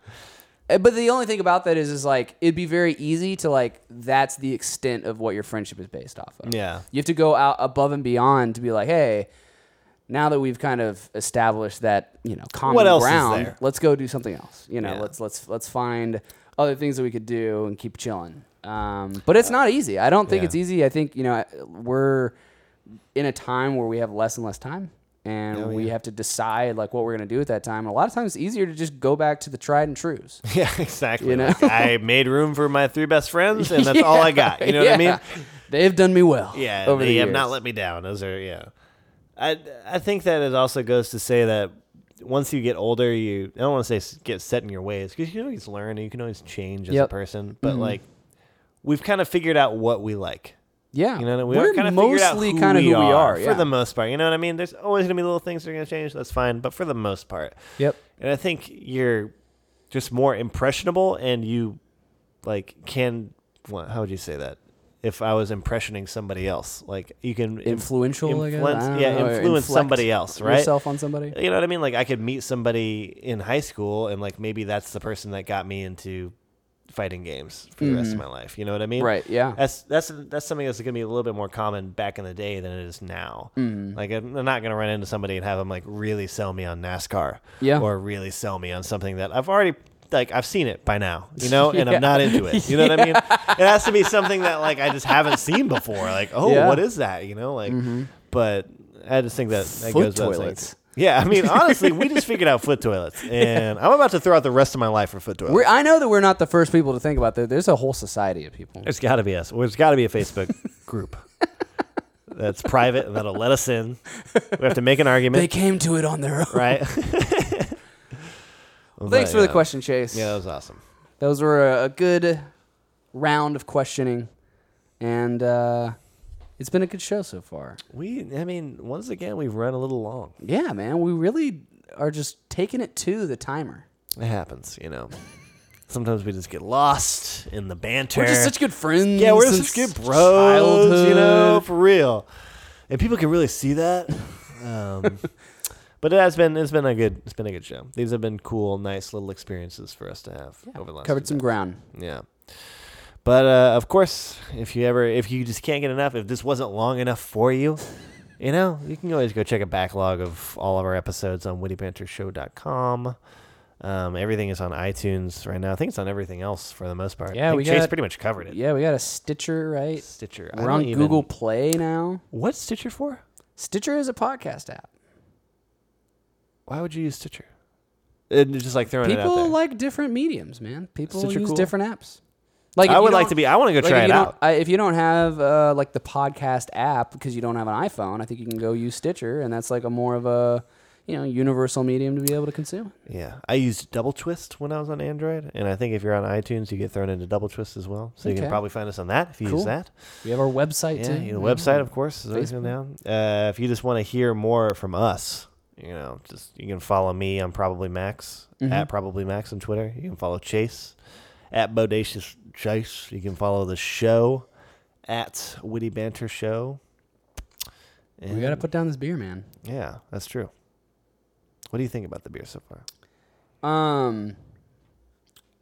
S4: Uh, But the only thing about that is is like it'd be very easy to like that's the extent of what your friendship is based off of.
S3: Yeah.
S4: You have to go out above and beyond to be like, hey, now that we've kind of established that, you know, common
S3: What else is
S4: ground,
S3: there?
S4: let's go do something else. You know,
S3: Yeah.
S4: let's let's let's find other things that we could do and keep chilling. Um, but it's not easy. I don't think
S3: Yeah.
S4: it's easy. I think you know I- we're in a time where we have less and less time, and
S3: Oh,
S4: we have to decide like what we're going to do with that time. And a lot of times, it's easier to just go back to the tried and trues.
S3: Yeah, exactly.
S4: You know?
S3: Like, I made room for my three best friends, and that's all I got. You know what I mean?
S4: They've done me well.
S3: Yeah,
S4: over
S3: they
S4: the
S3: have
S4: years.
S3: not let me down. Those are yeah. I I think that it also goes to say that once you get older, you I don't want to say s- get set in your ways because you can always learn and you can always change as
S4: Yep. Mm-hmm.
S3: a person. But like, we've kind of figured out what we like.
S4: Yeah,
S3: You know, what I mean?
S4: we're
S3: We've kinda figured out
S4: mostly kind of who we are.
S3: for
S4: yeah.
S3: the most part. You know what I mean? There's always gonna be little things that are gonna change. That's fine, but for the most part,
S4: Yep.
S3: and I think you're just more impressionable, and you like can. What, how would you say that? If I was impressioning somebody else, like you can im-
S4: influential, I guess? I
S3: influence,
S4: don't
S3: yeah,
S4: know, or
S3: influence
S4: inflect
S3: somebody else, right?
S4: Yourself on somebody.
S3: You know what I mean? Like I could meet somebody in high school, and like maybe that's the person that got me into fighting games for the rest of my life. You know what I mean?
S4: Mm-hmm. Right, yeah.
S3: That's that's that's something that's going to be a little bit more common back in the day than it is now.
S4: Mm-hmm.
S3: Like I'm I'm not going to run into somebody and have them like really sell me on NASCAR,
S4: Yeah.
S3: or really sell me on something that I've already. Like I've seen it by now, you know, and
S4: Yeah.
S3: I'm not into it. You know what I mean? It has to be something that like I just haven't seen before. Like, oh,
S4: Yeah. Mm-hmm.
S3: what is that? You know, like. But I just think that that
S4: Foot
S3: goes without saying.
S4: toilets.
S3: Yeah, I mean, honestly, we just figured out foot toilets, and I'm about to throw out the rest of my life for foot toilets.
S4: We're, I know that we're not the first people to think about that. There's a whole society of people.
S3: There's got to be us. There's got to be a Facebook group that's private and that'll let us in. We have to make an
S4: They
S3: argument,
S4: came to it on their own.
S3: right?
S4: Thanks
S3: But,
S4: for the
S3: yeah.
S4: question, Chase.
S3: Yeah, that was awesome.
S4: Those were a, a good round of questioning, and uh, it's been a good show so far.
S3: We, I mean, once again, we've run a little long.
S4: Yeah, man, we really are just taking it to the timer.
S3: It happens, you know. Sometimes we just get lost in the banter.
S4: We're just such good friends.
S3: yeah, we're
S4: since
S3: such good bros, you know,
S4: childhood.
S3: for real. And people can really see that. Um, but it has been it's been a good it's been a good show. These have been cool, nice little experiences for us to have over the last
S4: Covered
S3: few
S4: some ground.
S3: Yeah. But uh, of course, if you ever, if you just can't get enough, if this wasn't long enough for you, you know, you can always go check a backlog of all of our episodes on wittybantershow.com. Um, everything is on iTunes right now. I think it's on everything else for the most part.
S4: Yeah,
S3: I think
S4: we
S3: Chase
S4: got-
S3: pretty much covered it.
S4: Yeah, we got a Stitcher, right?
S3: Stitcher. I
S4: We're
S3: don't
S4: on
S3: even-
S4: Google Play now.
S3: What's Stitcher for?
S4: Stitcher is a podcast app.
S3: why would you use Stitcher? And just like throwing it out there.
S4: People like different mediums, man. People
S3: Stitcher
S4: use
S3: cool?
S4: different apps. Like
S3: I
S4: if you
S3: would like
S4: don't-
S3: to be. I want to go
S4: like,
S3: try
S4: if
S3: it
S4: you don't-
S3: out.
S4: I, if you don't have uh, like the podcast app because you don't have an iPhone, I think you can go use Stitcher, and that's like a more of a you know universal medium to be able to consume.
S3: Yeah, I used Double Twist when I was on Android, and I think if you're on iTunes, you get thrown into Double Twist as well. So you
S4: Okay.
S3: can probably find us on that if you
S4: Cool.
S3: use that.
S4: We have our website
S3: Yeah,
S4: too.
S3: you know, website of course is always going down. Uh, if you just want to hear more from us, you know, just you can follow me. I'm probably Max at probably Max on Twitter. You can follow Chase at Bodacious Chase. You can follow the show at Witty Banter Show.
S4: We got to put down this beer, man.
S3: Yeah, that's true. What do you think about the beer so far?
S4: Um.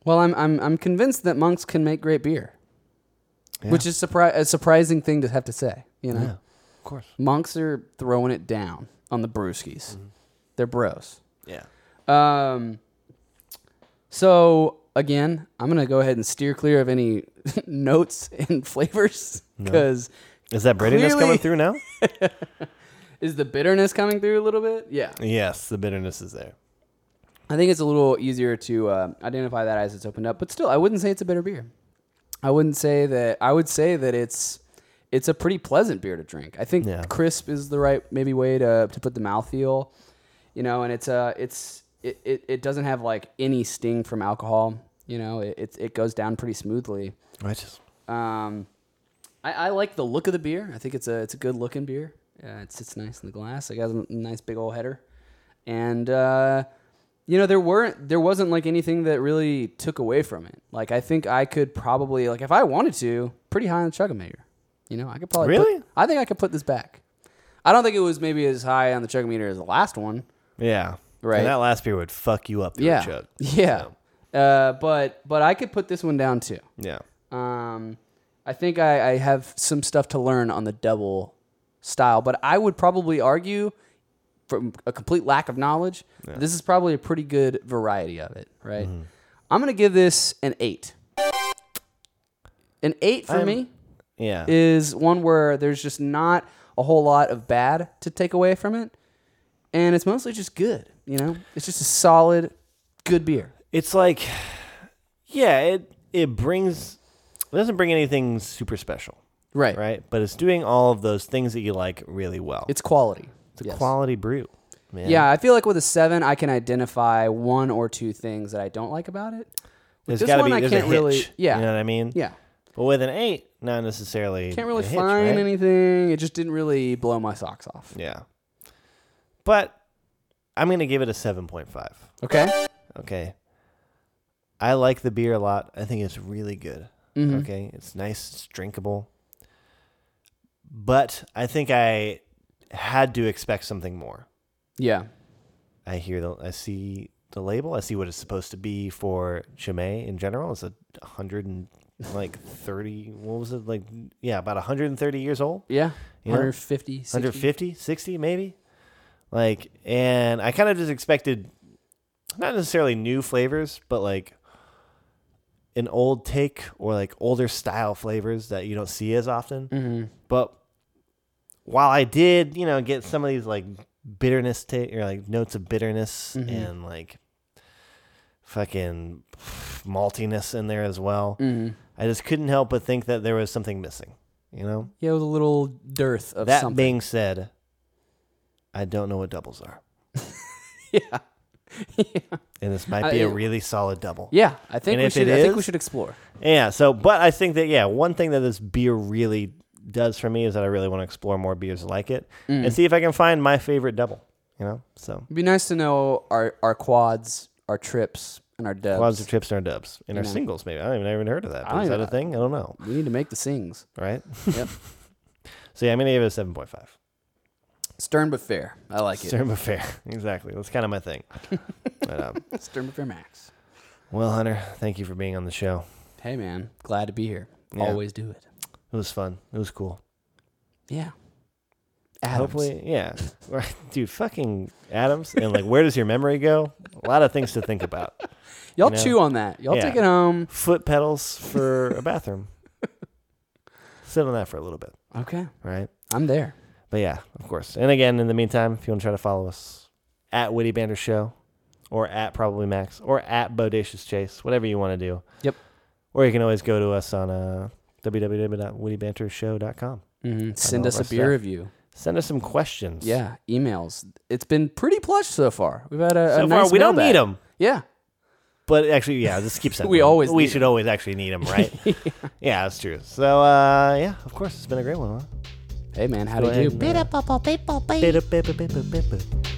S4: Well, I'm I'm I'm convinced that monks can make great beer, which is surpri- a surprising thing to have to say. You know,
S3: Of course.
S4: monks are throwing it down on the brewskis.
S3: Mm-hmm.
S4: They're bros.
S3: Yeah.
S4: Um. So again, I'm gonna go ahead and steer clear of any notes and flavors because
S3: Is that bitterness coming
S4: Clearly-
S3: through now?
S4: is the bitterness coming through a little bit? Yeah.
S3: yes, the bitterness is there.
S4: I think it's a little easier to uh, identify that as it's opened up, but still, I wouldn't say it's a bitter beer. I wouldn't say that. I would say that it's it's a pretty pleasant beer to drink. I think
S3: Yeah.
S4: crisp is the right maybe way to to put the mouthfeel, you know, and it's uh it's it, it, it doesn't have like any sting from alcohol. You know, it it, it goes down pretty smoothly.
S3: Righteous.
S4: Um, I, I like the look of the beer. I think it's a it's a good looking beer. Uh, it sits nice in the glass. It got a nice big old header, and uh, you know there weren't there wasn't like anything that really took away from it. Like I think I could probably like if I wanted to, pretty high on the Chugamator. You know I could probably put-
S3: Really?
S4: I think I could put this back. I don't think it was maybe as high on the Chugamator as the last one.
S3: Yeah.
S4: Right.
S3: And that last beer would fuck you up.
S4: Yeah,
S3: Yeah. Chug.
S4: yeah. Uh, but but I could put this one down too.
S3: Yeah.
S4: Um, I think I, I have some stuff to learn on the double style, but I would probably argue, from a complete lack of knowledge, this is probably a pretty good variety of it, right? I'm going to give this an eight. An eight for
S3: I'm-
S4: me
S3: Yeah.
S4: is one where there's just not a whole lot of bad to take away from it, and it's mostly just good. You know, it's just a solid, good beer.
S3: it's like yeah it it brings it doesn't bring anything super special
S4: Right.
S3: right but it's doing all of those things that you like really well
S4: It's quality.
S3: it's a
S4: Yes.
S3: quality brew man
S4: Yeah, I feel like with a seven, I can identify one or two things that I don't like about it.
S3: there's
S4: this
S3: got to
S4: one
S3: be
S4: I
S3: there's
S4: can't
S3: a hitch,
S4: really- yeah.
S3: you know what i mean
S4: Yeah,
S3: but with an eight not necessarily
S4: can't really
S3: a hitch,
S4: find
S3: right?
S4: anything. It just didn't really blow my socks off.
S3: yeah but i'm gonna give it a 7.5
S4: Okay,
S3: okay i like the beer a lot i think it's really good okay it's nice it's drinkable but i think i had to expect something more
S4: yeah,
S3: i hear the i see the label i see what it's supposed to be for chimay in general it's a hundred and like 30 what was it like yeah about 130 years old
S4: yeah,
S3: Yeah.
S4: 150, 60.
S3: 150 60 maybe like and i kind of just expected not necessarily new flavors but like an old take or like older style flavors that you don't see as often but while i did you know get some of these like bitterness ta- or like notes of bitterness and like fucking maltiness in there as well i just couldn't help but think that there was something missing you know
S4: Yeah, with a little dearth of
S3: that
S4: something.
S3: being said, I don't know what doubles are,
S4: yeah,
S3: and this might
S4: I-
S3: be a
S4: it-
S3: really solid double.
S4: yeah. I think
S3: And
S4: we
S3: if
S4: should.
S3: it
S4: I think we
S3: is-
S4: should explore.
S3: Yeah. So, but I think that yeah, one thing that this beer really does for me is that I really want to explore more beers like it
S4: Mm.
S3: and see if I can find my favorite double. You know, so
S4: It'd be nice to know our our quads, our trips, and our dubs.
S3: quads or trips and our dubs and our singles. Maybe I don't even I haven't heard of that.
S4: I
S3: But is
S4: don't
S3: that a
S4: know.
S3: thing? I don't know.
S4: We need to make the sings.
S3: Right.
S4: Yep.
S3: so yeah, I'm gonna give it a seven point five.
S4: Stern but fair. I like it.
S3: Stern but fair. exactly. That's kind of my thing. but, um,
S4: Stern but fair, Max.
S3: well, Hunter, thank you for being on the show.
S4: Hey man, glad to be here. Always do it.
S3: It was fun. It was cool.
S4: Yeah. Adams.
S3: Hopefully, yeah. Right. Dude, fucking Adams. And like, where does your memory go? A lot of things to think about.
S4: Y'all
S3: You know?
S4: chew on that. Y'all
S3: Yeah.
S4: take it home.
S3: Foot pedals for a bathroom. Sit on that for a little bit,
S4: Okay.
S3: right?
S4: I'm there.
S3: But yeah, of course. And again, in the meantime, if you want to try to follow us at Witty Bander Show, or at Probably Max, or at Bodacious Chase, whatever you want to do.
S4: Yep.
S3: Or you can always go to us on uh, www.wittybantershow.com.
S4: Mm-hmm. Send
S3: all
S4: us
S3: of
S4: a
S3: our
S4: beer
S3: stuff.
S4: review.
S3: Send us some questions.
S4: Yeah, emails. It's been pretty plush so far. We've had a, a
S3: So far,
S4: Uh, nice
S3: we don't
S4: mailbag.
S3: need them.
S4: Yeah,
S3: But actually, yeah, just keep sending.
S4: We
S3: them.
S4: always
S3: we
S4: need
S3: should always actually need them, right? yeah. that's true. So uh, yeah, of course, it's been a great one. Huh?
S4: Hey man, how
S3: Go uh,
S4: do you do?
S3: ahead. Bit up, up, up, up, up, up.